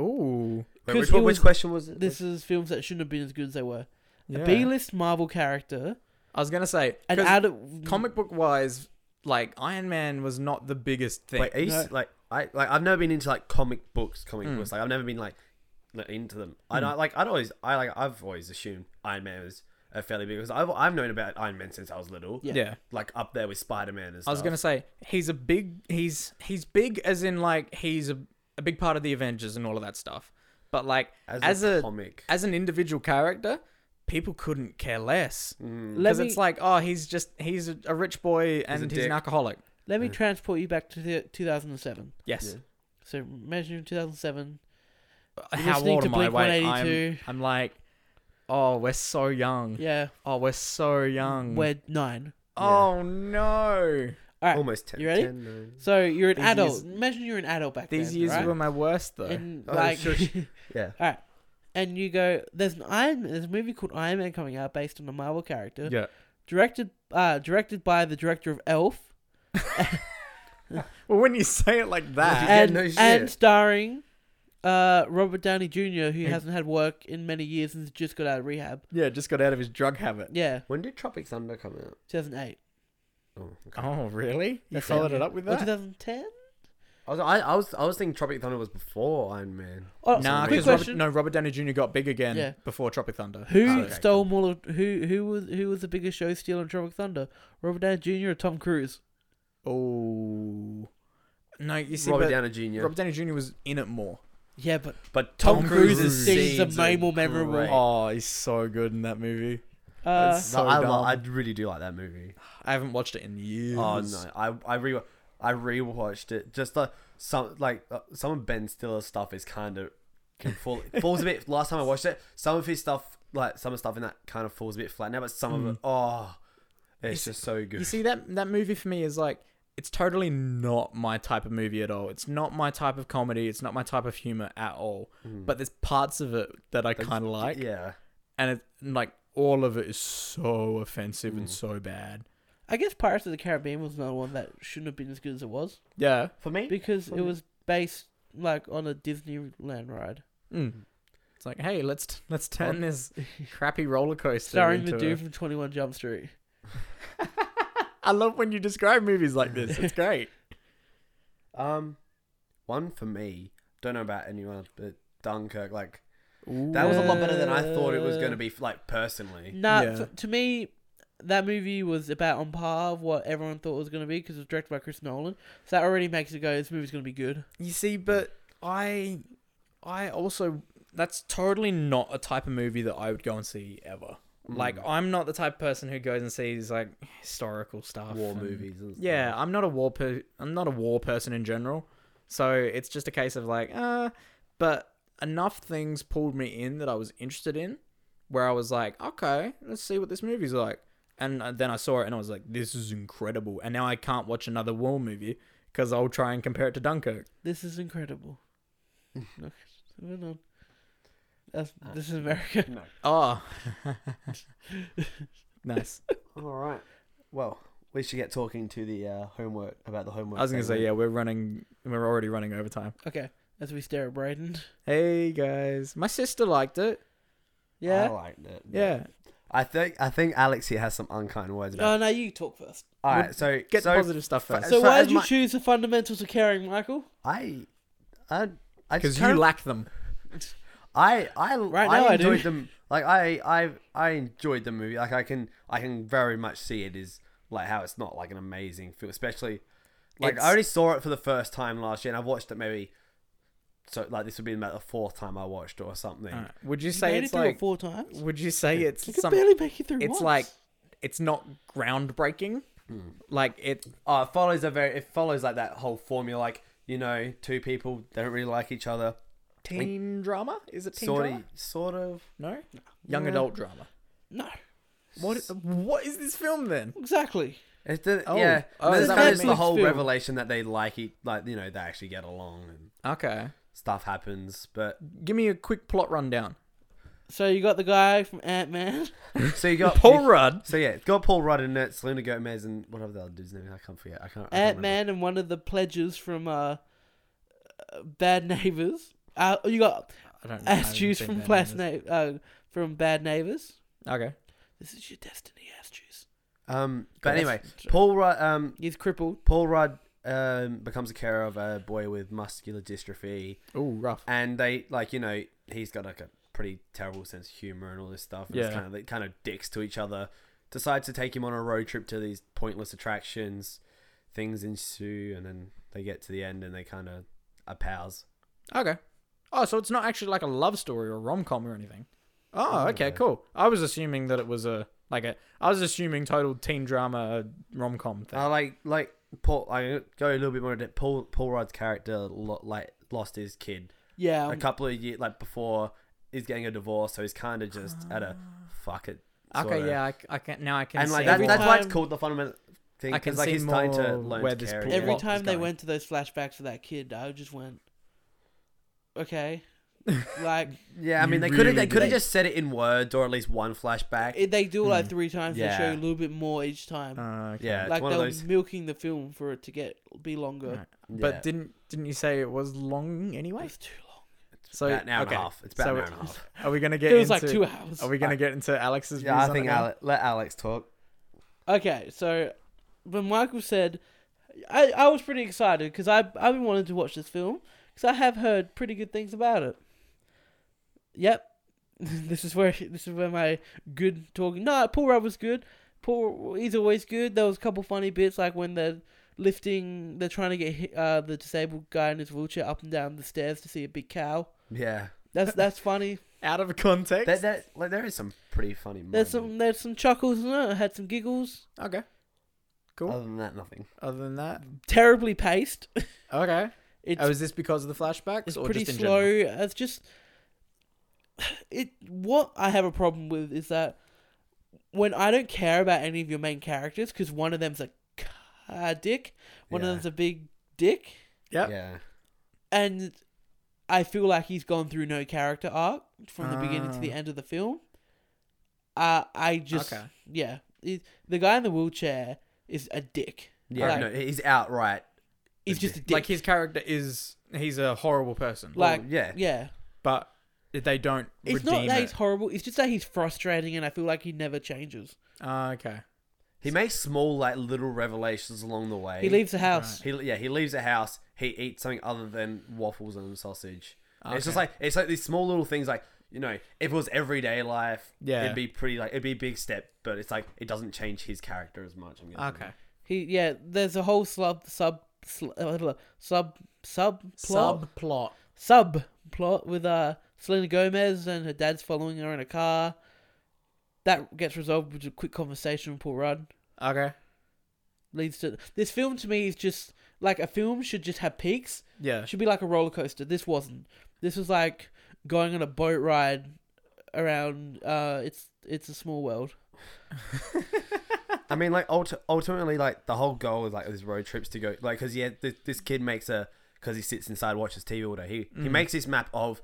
A: Ooh.
D: Wait,
C: 'Cause
D: which,
C: it
D: one- which
C: was-
D: question was it?
C: This is films that shouldn't have been as good as they were.
A: Yeah.
C: A B-list Marvel character,
A: I was gonna say,
C: and
A: 'cause
C: out of
A: comic book wise, like Iron Man was not the biggest thing.
D: Wait, are you, s
C: No.
D: like I like I've never been into like comic books, comic
A: Mm.
D: books. Like I've never been like li- into them. I don't like I'd always I like I've always assumed Iron Man was a fairly big because I've I've known about Iron Man since I was little.
C: Yeah.
A: yeah.
D: Like up there with Spider Man and
A: I
D: stuff.
A: was gonna say he's a big. He's he's big as in like he's a, a big part of the Avengers and all of that stuff. But like
D: as,
A: as
D: a,
A: a-
D: comic.
A: as an individual character, people couldn't care less
D: Mm.
C: let
A: because
C: me
A: it's like oh he's just he's a, a rich boy and he's,
D: dick.
A: an alcoholic.
C: let me transport you back to the, 2007.
A: Yes.
C: So imagine you're 2007. You're
A: Uh, How
C: listening
A: old
C: to
A: am I? Wait, I'm,
C: Blink-182.
A: I'm like, oh we're so young.
C: Yeah,
A: Oh we're so young.
C: we're nine.
A: oh no.
C: All right.
D: Almost ten.
C: You ready?
D: 10, nine.
C: So you're an
A: Oh These
C: adult.
A: years-
C: imagine you're an adult back
A: These
C: then.
A: years
C: right?
A: were my worst though.
C: and
D: Oh,
C: like,
D: shush. yeah.
C: all right, and you go. There's an Iron. There's a movie called Iron Man coming out based on a Marvel character.
A: yeah.
C: Directed, uh, directed by the director of E Elf,
A: Well, when you say it like that,
D: Yeah,
C: and,
D: no shit.
C: and starring, uh, Robert Downey Jr., who
A: Mm.
C: hasn't had work in many years and has just got out of rehab.
A: yeah, just got out of his drug habit.
C: Yeah,
D: When did Tropic Thunder come out?
C: 2008.
D: Oh, okay.
A: Oh, really? You
C: That's
A: followed it up with
C: Or
A: that?
C: 2010?
D: I was I, I was I was thinking Tropic Thunder was before Iron Man.
C: Oh,
A: Nah,
C: quick
A: because Robert,
C: question.
A: no, Robert Downey Jr. got big again
C: Yeah.
A: before Tropic Thunder.
C: Who
D: Oh, okay,
C: stole more? Of, who who was who was the biggest show stealer in Tropic Thunder? Robert Downey Jr. or Tom Cruise?
A: Oh, no, you see,
D: Robert
A: but
D: Downey Jr.
A: Robert Downey Jr. was in it more.
C: Yeah, but
D: but
A: Tom
D: Tom,
A: Cruise is-
D: Cruise's
C: he's the
D: scenes
C: way
D: are
C: more memorable.
D: great.
A: Oh, he's so good in that movie.
C: uh,
A: That's- So
D: I,
A: dumb.
D: lo- I really do like that movie.
A: I haven't watched it in years.
D: Oh no, I I re I rewatched it. Just the some like uh, some of Ben Stiller's stuff is kind of can fall falls a bit. Last time I watched it, some of his stuff like some of stuff in that kind of falls a bit flat now, but some of it, oh, it's
A: You
D: just so
A: Mm. You
D: good.
A: see that that movie for me is like it's totally not my type of movie at all. It's not my type of comedy. It's not my type of humor at all. But there's parts of it that I kind of like,
D: Mm. yeah,
A: and it, and, like all of it is so offensive
D: Mm.
A: and so bad.
C: I guess Pirates of the Caribbean was another one that shouldn't have been as good as it was
A: Yeah.
D: for me,
C: because it was based like on a Disneyland ride,
A: Mm. It's like, hey, let's let's turn this crappy roller coaster
C: starring the
A: into
C: dude
A: a-
C: from Twenty One Jump Street.
A: I love when you describe movies like this. It's great.
D: um, one for me. Don't know about anyone, but Dunkirk like
A: Ooh.
D: that was a lot better than I thought it was going to be. Like personally,
C: Nah,
A: Yeah.
C: t- to me, that movie was about on par of what everyone thought it was going to be because it was directed by Chris Nolan. So that already makes it go, this movie's going to be good.
A: You see, but I, I also that's totally not a type of movie that I would go and see ever.
D: Mm.
A: Like, I'm not the type of person who goes and sees like historical stuff,
D: war
A: and-
D: movies. And stuff.
A: Yeah, I'm not a war per- I'm not a war person in general. So it's just a case of like, uh, but enough things pulled me in that I was interested in where I was like, okay, let's see what this movie's like. And uh, then I saw it and I was like, this is incredible. And now I can't watch another war movie because I'll try and compare it to Dunkirk.
C: This is incredible. Okay, moving on. That's,
A: Ah,
C: this is America.
A: Oh, nice.
D: All right. Well, we should get talking to the uh, homework about the homework.
A: I was gonna say,
D: segment.
A: yeah, we're running. We're already running overtime.
C: Okay, as we stare at Brayden.
A: Hey guys, my sister liked it.
D: I
A: Yeah,
D: liked it.
A: yeah. Uh,
D: I think I think Alex here has some unkind words about.
C: Oh no, you talk first.
D: All right, so
A: Get
D: so
A: the positive stuff
D: fa-
A: first
C: So,
D: So
C: why
D: as
C: did you
D: my-
C: choose the fundamentals of caring, Michael?
D: I I I just
A: because you
D: kinda-
A: lack them.
D: I I
C: Right
D: I
C: now I do.
D: enjoyed them. Like I I I enjoyed the movie. Like I can I can very much see it is like how it's not like an amazing film, especially like
A: It's-
D: I only saw it for the first time last year, and I've watched it maybe. So like this would be about the fourth time I watched it or something.
A: Alright. Would you
C: You
A: say
C: made it
A: it's
C: through
A: like?
C: it four times.
A: Would you say
C: You
A: it's
C: could
A: some?
C: barely make it through.
A: It's
C: once.
A: like it's not groundbreaking. Like it.
D: Oh, it follows a very it follows like that whole formula. Like you know, two people they don't really like each other.
A: Teen drama? Is it teen
D: Sort of,
A: drama?
D: sort of.
A: No, young
D: Yeah.
A: adult drama.
C: no,
A: What? What is this film then?
C: exactly.
D: It's the,
A: Oh.
D: yeah,
A: Oh,
D: There's
A: is that
D: kind
A: what
D: of
A: it
D: the
A: means?
D: whole
C: Film.
D: revelation that they like each, like you know, they actually get along and
A: Okay,
D: stuff happens. But
A: give me a quick plot rundown.
C: So you got the guy from Ant Man.
D: so you got
A: Paul Rudd.
D: So yeah, it's got Paul Rudd in it, Selena Gomez, and whatever the other dude's name. is. I can't forget. I can't. I can't
C: Ant
D: remember.
C: Man and one of the pledges from uh, uh, Bad Neighbors. Uh, you got
A: I don't I
C: ass
A: haven't
C: juice
A: seen
C: from
A: Bad
C: Flash
A: Neighbours.
C: Na- uh, from Bad Neighbors.
A: Okay.
C: This is your destiny, ass juice.
D: Um, but
A: Cool.
D: anyway, Paul Rudd. Um,
C: He's crippled.
D: Paul Rudd um becomes a carer of a boy with muscular dystrophy,
A: Ooh, rough.
D: and they like you know he's got like a pretty terrible sense of humor and all this stuff. And
A: Yeah.
D: It's kind of they kind of dicks to each other. Decides to take him on a road trip to these pointless attractions. Things ensue, and then they get to the end, and they kind of are pals.
A: Okay. Oh, so it's not actually like a love story or rom com or anything. Oh,
D: No.
A: okay, cool. I was assuming that it was a like a. I was assuming total teen drama rom com thing.
D: I like like Paul. I go a little bit more. into Paul Paul Rudd's character lo, like lost his kid
C: Yeah, um,
A: Um,
D: a couple of years like before he's getting a divorce, so he's kind of just at a fuck it.
A: okay,
D: sorta.
A: yeah, I, c- I can now. I can
D: and
A: see
D: like
C: every
D: that, that's why it's
C: time-
D: called the fundamental thing.
A: I can
D: because like
A: see
D: he's starting to
A: more
D: learn
A: where
D: to
A: this
D: care
A: plot-
D: again.
C: Every
A: was
C: time they
A: going.
C: went to those flashbacks for that kid, I just went, okay, like
D: Yeah, I mean
A: You
D: they could have
A: really
D: they could have
A: did.
D: just said it in words or at least one flashback.
C: it, they do it like three times. They show
D: Hmm. Yeah.
C: you a little bit more each time.
A: Uh, okay.
D: yeah, it's
C: like
D: one
C: they
D: of
C: were
D: those.
C: milking the film for it to get be longer.
A: Right. But
D: yeah,
A: didn't didn't you say it was long anyway?
C: It's too long.
A: So
D: about an hour
A: okay.
D: and a half. It's about
A: So
D: an hour
A: it-
D: and a half.
A: Are we gonna get
C: It was
A: into?
C: like two hours.
A: are we gonna get into Alex's?
D: Yeah,
A: views
D: I
A: on
D: think
A: it now?
D: Ale let Alex talk.
C: Okay, so when Michael said, I, I was pretty excited because I I've been wanting to watch this film because I have heard pretty good things about it. Yep, this is where this is where my good talking. No, Paul Rudd was good. Paul he's always good. There was a couple funny bits like when they're lifting, they're trying to get hi- uh, the disabled guy in his wheelchair up and down the stairs to see a big cow.
D: Yeah,
C: That's that's funny.
A: out of context.
D: that, that, like, there is some pretty funny. moments.
C: There's some there's some chuckles in it. I had some giggles.
A: okay. Cool.
D: Other than that, nothing.
A: Other than that,
C: Terribly paced.
A: okay.
C: It's
A: Oh, is this because of the flashbacks
C: It's
A: or
C: pretty
A: just in
C: slow.
A: general?
C: It's just it. What I have a problem with is that when I don't care about any of your main characters, because one of them's a car dick, one
D: Yeah.
C: of them's a big dick,
A: Yep.
D: Yeah.
C: and I feel like he's gone through no character arc from the beginning to the
A: Ah.
C: end of the film. Uh, I just
A: Okay.
C: yeah, It- the guy in the wheelchair is a dick.
D: Yeah,
C: Like-
D: no, he's outright.
C: He's
D: A
C: just a dick.
A: Like his character is he's a horrible person,
C: Like-
D: Well, yeah,
C: yeah.
A: but they don't
C: It's
A: redeem
C: not that he's
A: it.
C: horrible. It's just that he's frustrating, and I feel like he never changes.
A: Ah, okay.
D: he makes small like little revelations along the way.
C: He leaves the house.
D: He yeah, he leaves the house. He eats something other than waffles and sausage. And It's just
A: Okay.
D: like it's like these small little things like. You know, if it was everyday life,
A: Yeah.
D: it'd be pretty like it'd be a big step, but it's like it doesn't change his character as much. I'm guessing.
A: Okay.
C: He yeah, there's a whole sub sub sl- uh, sub sub plot
A: Subplot.
C: sub plot with uh Selena Gomez and her dad's following her in a car. That gets resolved with a quick conversation with Paul Rudd.
A: Okay.
C: Leads to this film to me is just like a film should just have peaks.
A: Yeah.
C: It should be like a roller coaster. This wasn't. This was like going on a boat ride around. Uh, it's it's a small world.
D: I mean, like ulti- ultimately, like the whole goal of like these road trips to go, like, because yeah, this, this kid makes a because he sits inside watches TV all day. He he
A: Mm.
D: makes this map of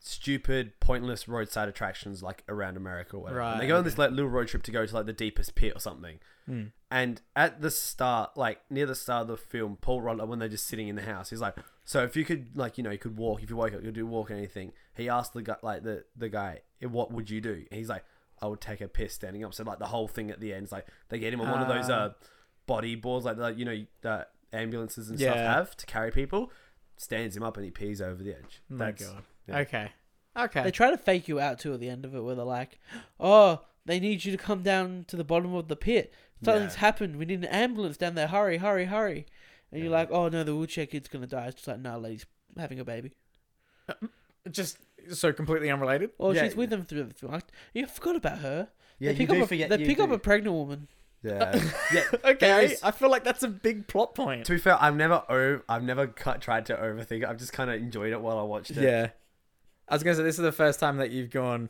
D: stupid, pointless roadside attractions like around America or whatever. And
A: Right,
D: they go on
A: okay.
D: this like little road trip to go to like the deepest pit or something.
A: Hmm.
D: And at the start, like near the start of the film, Paul Rudd, when they're just sitting in the house, he's like, "So if you could, like, you know, you could walk. If you woke up, you could do walk or anything." He asked the guy, like the the guy, "Eh, "What would you do?" And he's like, "I would take a piss standing up." So like the whole thing at the end is like they get him on one of those
A: Ah.
D: uh body boards, like the, you know that ambulances and stuff
A: Yeah.
D: have to carry people. Stands him up and he pees over the edge.
A: Oh My
D: That's-
A: God.
D: yeah.
A: Okay. Okay.
C: They try to fake you out too at the end of it, where they're like, "Oh, they need you to come down to the bottom of the pit. Something's
D: Yeah.
C: happened. We need an ambulance down there. Hurry, hurry, hurry!" And you're
D: Yeah.
C: like, "Oh no, the wheelchair kid's gonna die." It's just like, "No, lady's having a baby."
A: Just so completely unrelated.
C: Oh,
D: Yeah.
C: she's with them through the film. Like, You forgot about her.
D: Yeah,
C: they pick
D: you do
C: up a,
D: forget.
C: They
D: you
C: pick up
D: do.
C: a pregnant woman.
D: Yeah. yeah. There
A: Okay.
D: is-
A: I feel like that's a big plot point.
D: To be fair, I've never over, I've never cut, tried to overthink it. I've just kind of enjoyed it while I watched it.
A: Yeah. I was gonna say this is the first time that you've gone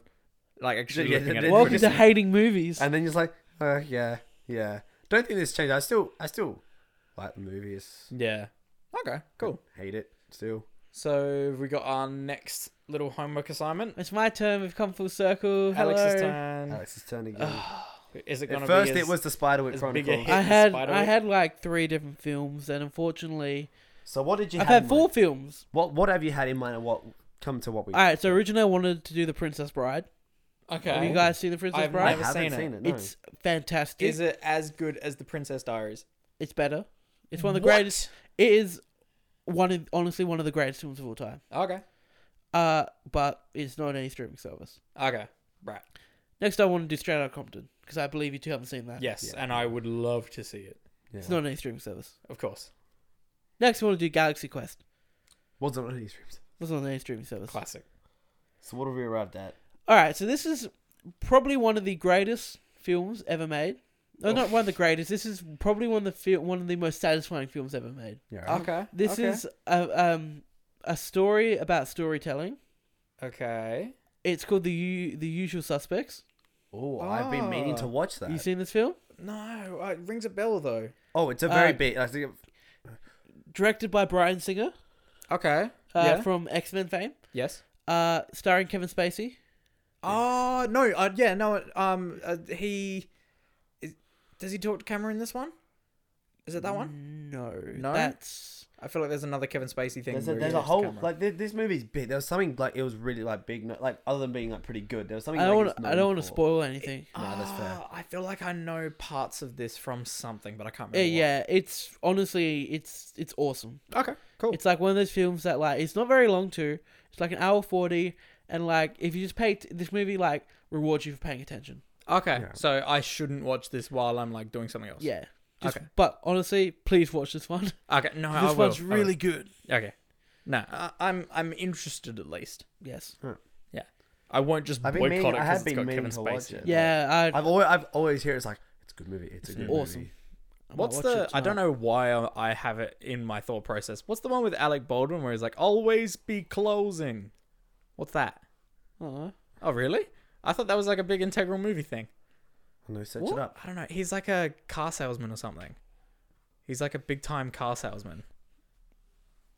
A: like actually
D: Yeah,
A: looking at
D: they-
A: it.
D: Well,
C: Welcome
D: just-
C: to hating movies.
D: And then just like, uh, yeah, yeah. Don't think this changed. I still, I still like the movies.
A: Yeah. Okay. Cool.
D: Hate it still.
A: So we got our next little homework assignment.
C: It's my turn. We've come full circle. Oh, Hello.
A: Alex's turn.
D: Alex's turn again.
A: Is it Mm. gonna
D: At first,
A: be
D: it was the Spiderwick
A: as big a
D: Chronicles.
A: hit?
C: I
A: the
C: had
A: spider
C: I
A: web?
C: had like three different films, and unfortunately,
D: So what did you
C: I've
D: have?
C: had
D: in
C: four
D: mind?
C: films.
D: What What have you had in mind? And what come to what we?
C: All right, so originally I wanted to do The Princess Bride. Have
A: okay.
C: you guys seen The Princess
A: I've
D: I
C: Bride?
A: never
D: haven't
A: seen it.
D: seen it. no.
C: It's fantastic.
A: Is it as good as the Princess Diaries?
C: it's better. It's one of the
A: What?
C: greatest. It is one of honestly one of the greatest films of all time.
A: Okay.
C: Uh, but it's not on any streaming service.
A: Okay.
D: Uh,
C: Next, I want to do Straight Outta Compton because I believe you two haven't seen that.
A: Yes,
D: Yeah.
A: and I would love to see it.
D: Yeah.
C: it's not on any streaming service.
A: Of course.
C: Next, I want to do Galaxy Quest.
D: Wasn't on these streams.
C: Wasn't on any streaming service.
A: Classic.
D: So what have we arrived at?
C: All right, so this is probably one of the greatest films ever made. No, not one of the greatest. This is probably one of the fil- one of the most satisfying films ever made.
D: Yeah. right.
A: Okay.
C: This
A: okay.
C: is a, um a story about storytelling.
A: Okay.
C: It's called the U- the Usual Suspects.
D: oh, I've been meaning to
A: Ah.
D: watch that.
C: You seen this film?
A: No, uh, it rings a bell though.
D: oh, it's a very
C: Uh,
D: big. I think it-
C: Directed by Brian Singer
A: Okay.
C: uh,
A: Yeah.
C: from X Men fame.
A: Yes.
C: Uh, starring Kevin Spacey.
A: Oh no. Uh, yeah. No. Um. Uh, he. Is, does he talk to camera in this one? Is it that one?
C: No,
A: No?
C: that's
A: Mm. I feel like there's another Kevin Spacey thing.
D: There's a,
A: where he
D: there's a
A: talks to
D: whole
A: camera.
D: like th- this movie's big. There was something like it was really like big, no- like other than being like pretty good. There was something.
C: I
D: like,
C: don't want
D: it's
C: I
D: known
C: don't want to
D: for.
C: spoil anything.
D: Nah, that's fair.
A: Ah, I feel like I know parts of this from something, but I can't
C: Uh,
A: remember.
C: yeah, it's honestly it's it's awesome.
A: what. Okay. Cool.
C: It's like one of those films that like it's not very long too. It's like an hour forty, and like if you just pay t- this movie, like rewards you for paying attention.
A: okay.
D: Yeah.
A: So I shouldn't watch this while I'm like doing something else.
C: Yeah. Just,
A: Okay.
C: But honestly, please watch this one.
A: Okay. No. I
C: this
A: will.
C: one's
A: I will.
C: really good.
A: Okay. No.
D: Uh,
A: I, I'm I'm interested at least.
C: Yes.
A: I won't just
D: I've been
A: boycott
D: meaning-
A: it
D: I
A: because
D: have
A: it's
D: been
A: got
D: meaning
A: Kevin
D: to watch
A: Spacey.
D: it.
C: Yeah. I,
D: I've always I've always hear it's like it's a good movie. It's a
C: It's
D: good
C: awesome.
D: movie.
C: I might
A: What's
C: watch
A: the?
C: it
A: I don't
C: tonight.
A: know why I I have it in my thought process. What's the one with Alec Baldwin where he's like, "Always be closing"? What's that?
C: I don't know.
A: Oh, really? I thought that was like a big integral movie thing.
D: No, search
A: What?
D: it up.
A: I don't know. He's like a car salesman or something. He's like a big time car salesman.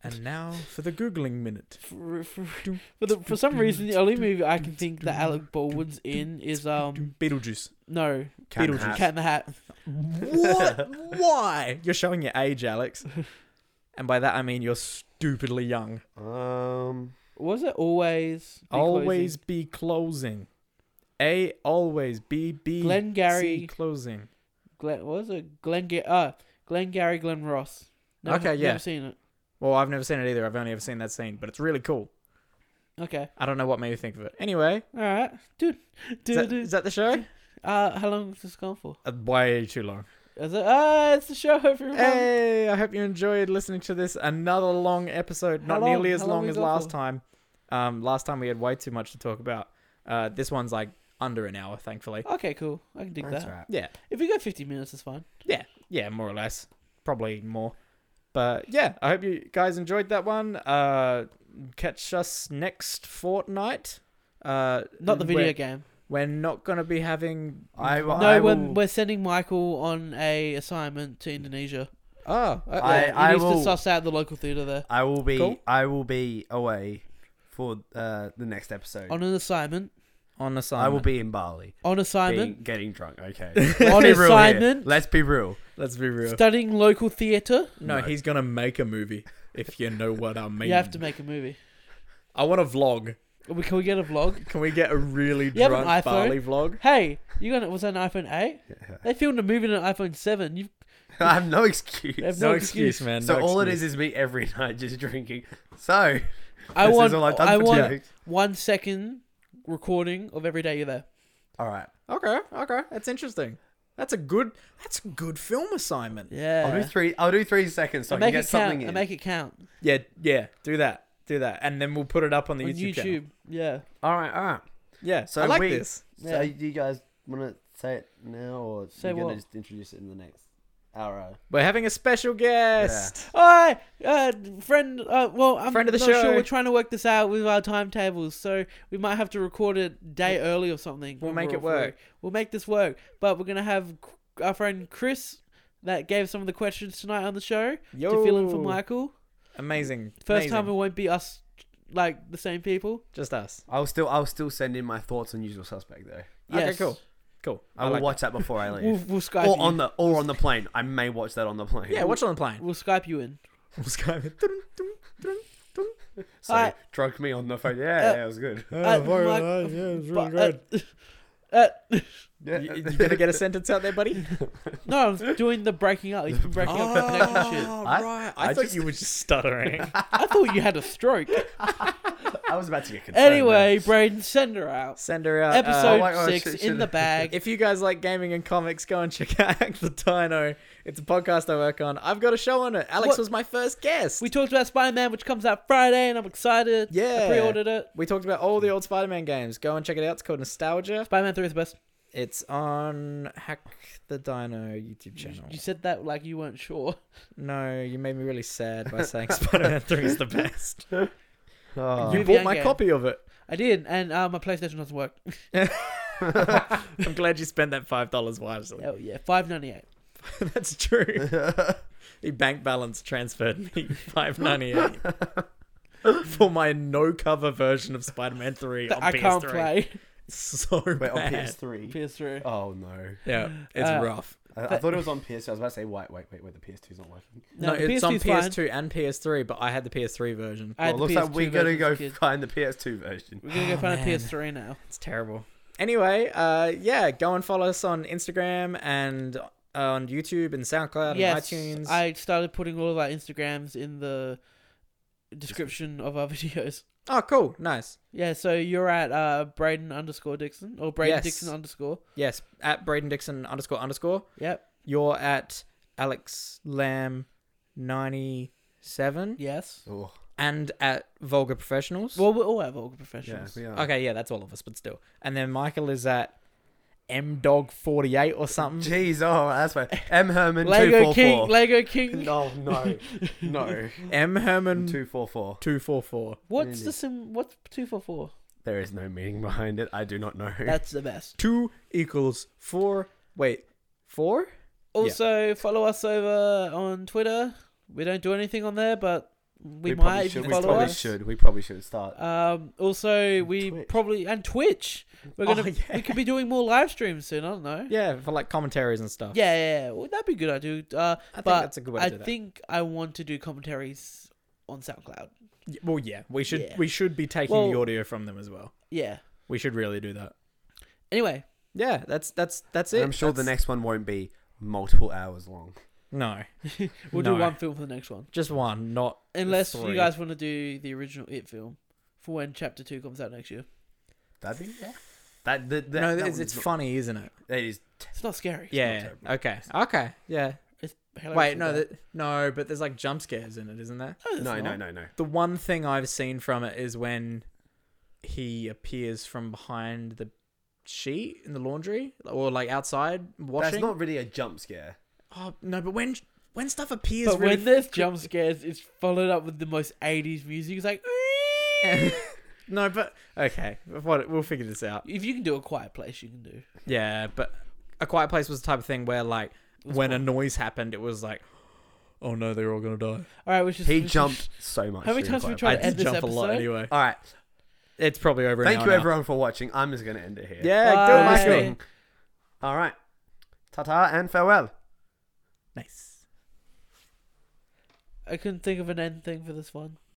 A: And now for the googling minute.
C: For, for, for, the, for some reason, the only movie I can think that Alec Baldwin's in is um
A: Beetlejuice.
C: no
D: Cat in the
A: Beetlejuice.
D: Hat.
C: Cat in the Hat.
A: What? Why? You're showing your age, Alex. And by that I mean you're stupidly young.
D: Um,
C: Was it always Be
A: always be closing. A always be B
C: Glengarry-
A: C, closing.
C: Closing? Glen? What was it Glen? Uh, Glen Gary Glen Ross. Never,
A: Okay, yeah.
C: Never seen it.
A: Well, I've never seen it either. I've only ever seen that scene, but it's really cool.
C: Okay.
A: I don't know what made me think of it. Anyway,
C: All right, dude.
A: is
C: Dude,
A: that, is that the show?
C: uh, how long has this gone for?
A: Uh, Way too long.
C: Is it? Ah, it's the show, everyone.
A: Hey, I hope you enjoyed listening to this another long episode.
C: How
A: Not
C: long-
A: nearly as
C: how long
A: long
C: we
A: as
C: go
A: last
C: for?
A: time. Um, last time we had way too much to talk about. Uh, this one's like under an hour, thankfully.
C: Okay, cool. I can dig
D: that's
C: that.
D: right.
A: Yeah,
C: If we go 50 minutes, it's fine.
A: yeah, more or less, probably more. But yeah, I hope you guys enjoyed that one. Uh, catch us next fortnight. Uh,
C: Not the video
A: We're,
C: game.
A: we're not gonna be having.
D: I, will-
C: No,
D: I
C: we're,
D: will,
C: we're sending Michael on a assignment to Indonesia.
A: Oh,
C: Uh, Yeah,
A: okay.
D: I-
C: he needs
D: will-
C: to suss out the local theatre there.
D: I will be
A: Cool.
D: I will be away for uh, the next episode.
C: On an assignment.
A: on assignment.
D: I will be in Bali.
C: On
D: Being,
C: assignment.
D: getting drunk. Okay.
C: On
D: Let's be real here.
C: assignment.
D: Let's be real.
A: Let's be real.
C: Studying local theatre.
A: no,
D: No.
A: he's gonna make a movie. If you know what I mean.
C: You have to make a movie.
A: I want a vlog.
C: We- Can we get a vlog?
A: Can we get a really
C: You have an
A: drunk
C: iPhone?
A: Bali vlog?
C: Hey, you got it? Was that an iPhone 8? They filmed a movie on an iPhone 7. You
D: I have no excuse.
C: have
A: No, excuse, man.
D: so
A: no
D: all it
A: excuse.
D: is is me every night just drinking. So
C: I
D: this is
C: want,
D: all I've done
C: I
D: for
C: want
D: today.
C: one second recording of every day you're there.
D: All right.
A: Okay, okay, that's interesting. That's a good. That's a good film assignment.
D: I'll do
C: Yeah.
D: three. I'll do three seconds so
C: I
D: I can
C: make
D: get
C: it
D: something
C: count.
D: in.
C: I make it count.
A: Yeah, yeah. Do that. Do that, and then we'll put it up on the
C: On
A: YouTube,
C: YouTube.
A: channel.
C: Yeah.
D: All right. All right.
A: Yeah, so
D: So
A: I like
D: we-
A: this.
C: Yeah.
D: you guys want to say it now, or
C: Say what?
D: just introduce it in the next hour?
A: We're having a special guest.
C: Hi, uh, friend. Uh, well, I'm
A: Friend of the
C: not
A: show.
C: sure. We're trying to work this out with our timetables, so we might have to record a day early or something.
A: We'll
C: when
A: make
C: we're
A: it
C: off
A: work.
C: We'll make this work, but we're gonna have C- our friend Chris that gave some of the questions tonight on the show to fill in for
A: Yo.
C: Michael.
A: Amazing.
C: First
A: Amazing.
C: time it won't be us, like the same people.
A: Just us.
D: I'll still, I'll still send in my thoughts on Usual Suspect though.
A: Okay,
C: Yes.
A: cool. Cool.
D: I, will
A: like
D: watch that before I
C: We'll,
D: leave,
C: we'll Skype
D: or
C: you.
D: on the, or on the plane. I may watch that on the plane.
A: that. Yeah, watch it on the plane.
C: we'll Skype you in.
A: We'll Skype it.
D: So
C: Alright.
D: drug me on the phone. Yeah,
C: Uh,
D: yeah, it was good.
C: Uh, Mike- but, uh, uh,
D: Yeah.
A: You, you gonna get a sentence out there, buddy?
C: no, I'm doing the breaking up. He's been breaking up connection shit.
D: I-
A: Oh, right.
D: I just-
A: were just stuttering.
C: I thought you had a stroke.
D: I was about to get concerned.
C: Anyway, Braden, send her out.
A: Send her out. uh,
C: Episode
D: oh my gosh,
C: six
D: it
C: in the
D: should've-
C: bag.
A: If you guys like gaming and comics, go and check out Act the Dino. It's a podcast I work on. I've got a show on it. Alex
C: What-
A: was my first guest.
C: we talked about Spider Man, which comes out Friday, and I'm excited.
A: Yeah.
C: I pre-ordered it.
A: we talked about all the old Spider-Man games. Go and check it out. It's called Nostalgia.
C: Spider Man Three is the best.
A: It's on Hack the Dino YouTube
C: You,
A: channel.
C: you said that like you weren't sure.
A: No, you made me really sad by saying Spider-Man 3 is the best.
D: Oh.
A: Uh, You
C: Movie
A: bought
C: and
A: my
C: game.
A: copy of it.
C: I did, and uh, my PlayStation doesn't work.
A: I'm glad you spent that five dollars wisely.
C: oh yeah, five ninety eight.
A: That's true. the bank balance transferred me five ninety eight for my no cover version of Spider Man three on
C: I
A: PS3.
C: can't play
A: So
D: Wait, on
A: bad.
D: PS3.
A: Uh,
C: PS3.
D: Oh no!
A: Yeah, it's
C: Uh,
A: rough.
D: I, I thought it was on PS. I was about to say, wait, wait, wait, wait. The PS2's not working.
A: No,
C: the
A: it's on
C: PS2 's fine.
A: PS2 and PS3, but I had the PS3 version.
C: I had
D: well,
C: the
D: looks like
C: PS2
D: we're gonna
C: version
D: go
C: as a kid.
D: find the PS2 version.
C: We're gonna go
A: Oh, man.
C: find a PS3 now.
A: It's terrible. Anyway, uh, yeah, go and follow us on Instagram and uh, on YouTube and SoundCloud
C: Yes,
A: and iTunes.
C: I started putting all of our Instagrams in the description of our videos.
A: Oh, cool, nice.
C: Yeah, so you're at uh Braden underscore Dixon or Braden
A: Yes.
C: Dixon underscore.
A: Yes, at Braden Dixon underscore underscore.
C: Yep.
A: You're at Alex Lamb ninety seven
C: Yes.
D: Oh,
A: and at Vulgar Professionals.
C: Well, we're all at Vulgar
D: yeah,
C: Professionals.
D: we are.
A: okay, yeah, that's all of us, but still. And then Michael is at Mdog forty eight or something.
D: Jeez, oh, that's right. M Herman
C: Lego King.
D: 244.
C: Lego King. Um,
D: No, no, no.
A: M Herman
D: 244.
A: two four four.
C: What's the sim? What's two four four?
D: There is no meaning behind it. I do not know.
C: That's the best.
A: Two equals four. Wait, four?
C: Also, follow us over on Twitter. We don't do anything on there, but we,
D: probably should.
C: might if you
D: We
C: follow
D: probably
C: us.
D: should. We probably should start.
C: Um, also, we
D: Twitch.
C: probably and Twitch. We're gonna.
A: Oh, yeah.
C: We could be doing more live streams soon. I don't know.
A: Yeah, for like commentaries and stuff.
C: Yeah, yeah, yeah. Well, that'd be a good idea. Uh,
A: I think
C: but
A: that's a good way to
C: I
A: do that.
C: think I want to do commentaries on SoundCloud.
A: Y- Well, yeah, we should
C: Yeah.
A: we should be taking the
C: Well-
A: audio from them as well.
C: Yeah.
A: We should really do that.
C: Anyway,
A: Yeah, that's that's that's it.
D: And I'm sure the
A: That's-
D: next one won't be multiple hours long.
A: no,
C: we'll
A: No.
C: do one film for the next one,
A: just one, not
C: unless
A: three.
C: you guys want to do the original It film for when Chapter Two comes out next year.
D: That'd be yeah. That the, the,
A: no,
D: that
A: it's,
D: one's
A: it's
D: not-
A: funny, isn't it?
D: It is.
C: It's not scary.
A: Yeah.
D: terrible.
A: Okay. Okay. Yeah.
C: It's
A: Wait.
C: hilariously
A: No.
C: bad.
A: That, no. But there's like jump scares in it, isn't there?
C: no, it's
D: No, no,
C: not.
D: no, no.
A: The one thing I've seen from it is when he appears from behind the sheet in the laundry or like outside washing.
D: That's not really a jump scare.
A: Oh no! But when when stuff appears,
C: But
A: really
C: when there's jump scares, it's followed up with the most '80s music. It's like,
A: no, but okay. What we'll figure this out.
C: if you can do a quiet place, you can do.
A: Yeah, but a quiet place was the type of thing where like when a noise happened, it was like, oh no, they're all gonna die.
C: All right, which is
D: He jumped so much.
C: How many
D: during
C: times
D: Quiet
C: we tried
A: I
C: Right,
D: Place.
C: end
A: did
C: this
A: jump a lot
C: episode?
A: anyway.
D: All right.
A: It's probably over.
D: Thank
A: now
D: you
A: now.
D: everyone for watching. I'm just gonna end it here.
A: Yeah,
C: Bye.
A: do it, Michael.
C: Listening.
D: All right. Ta-ta and farewell.
A: Nice.
C: I couldn't think of an end thing for this one.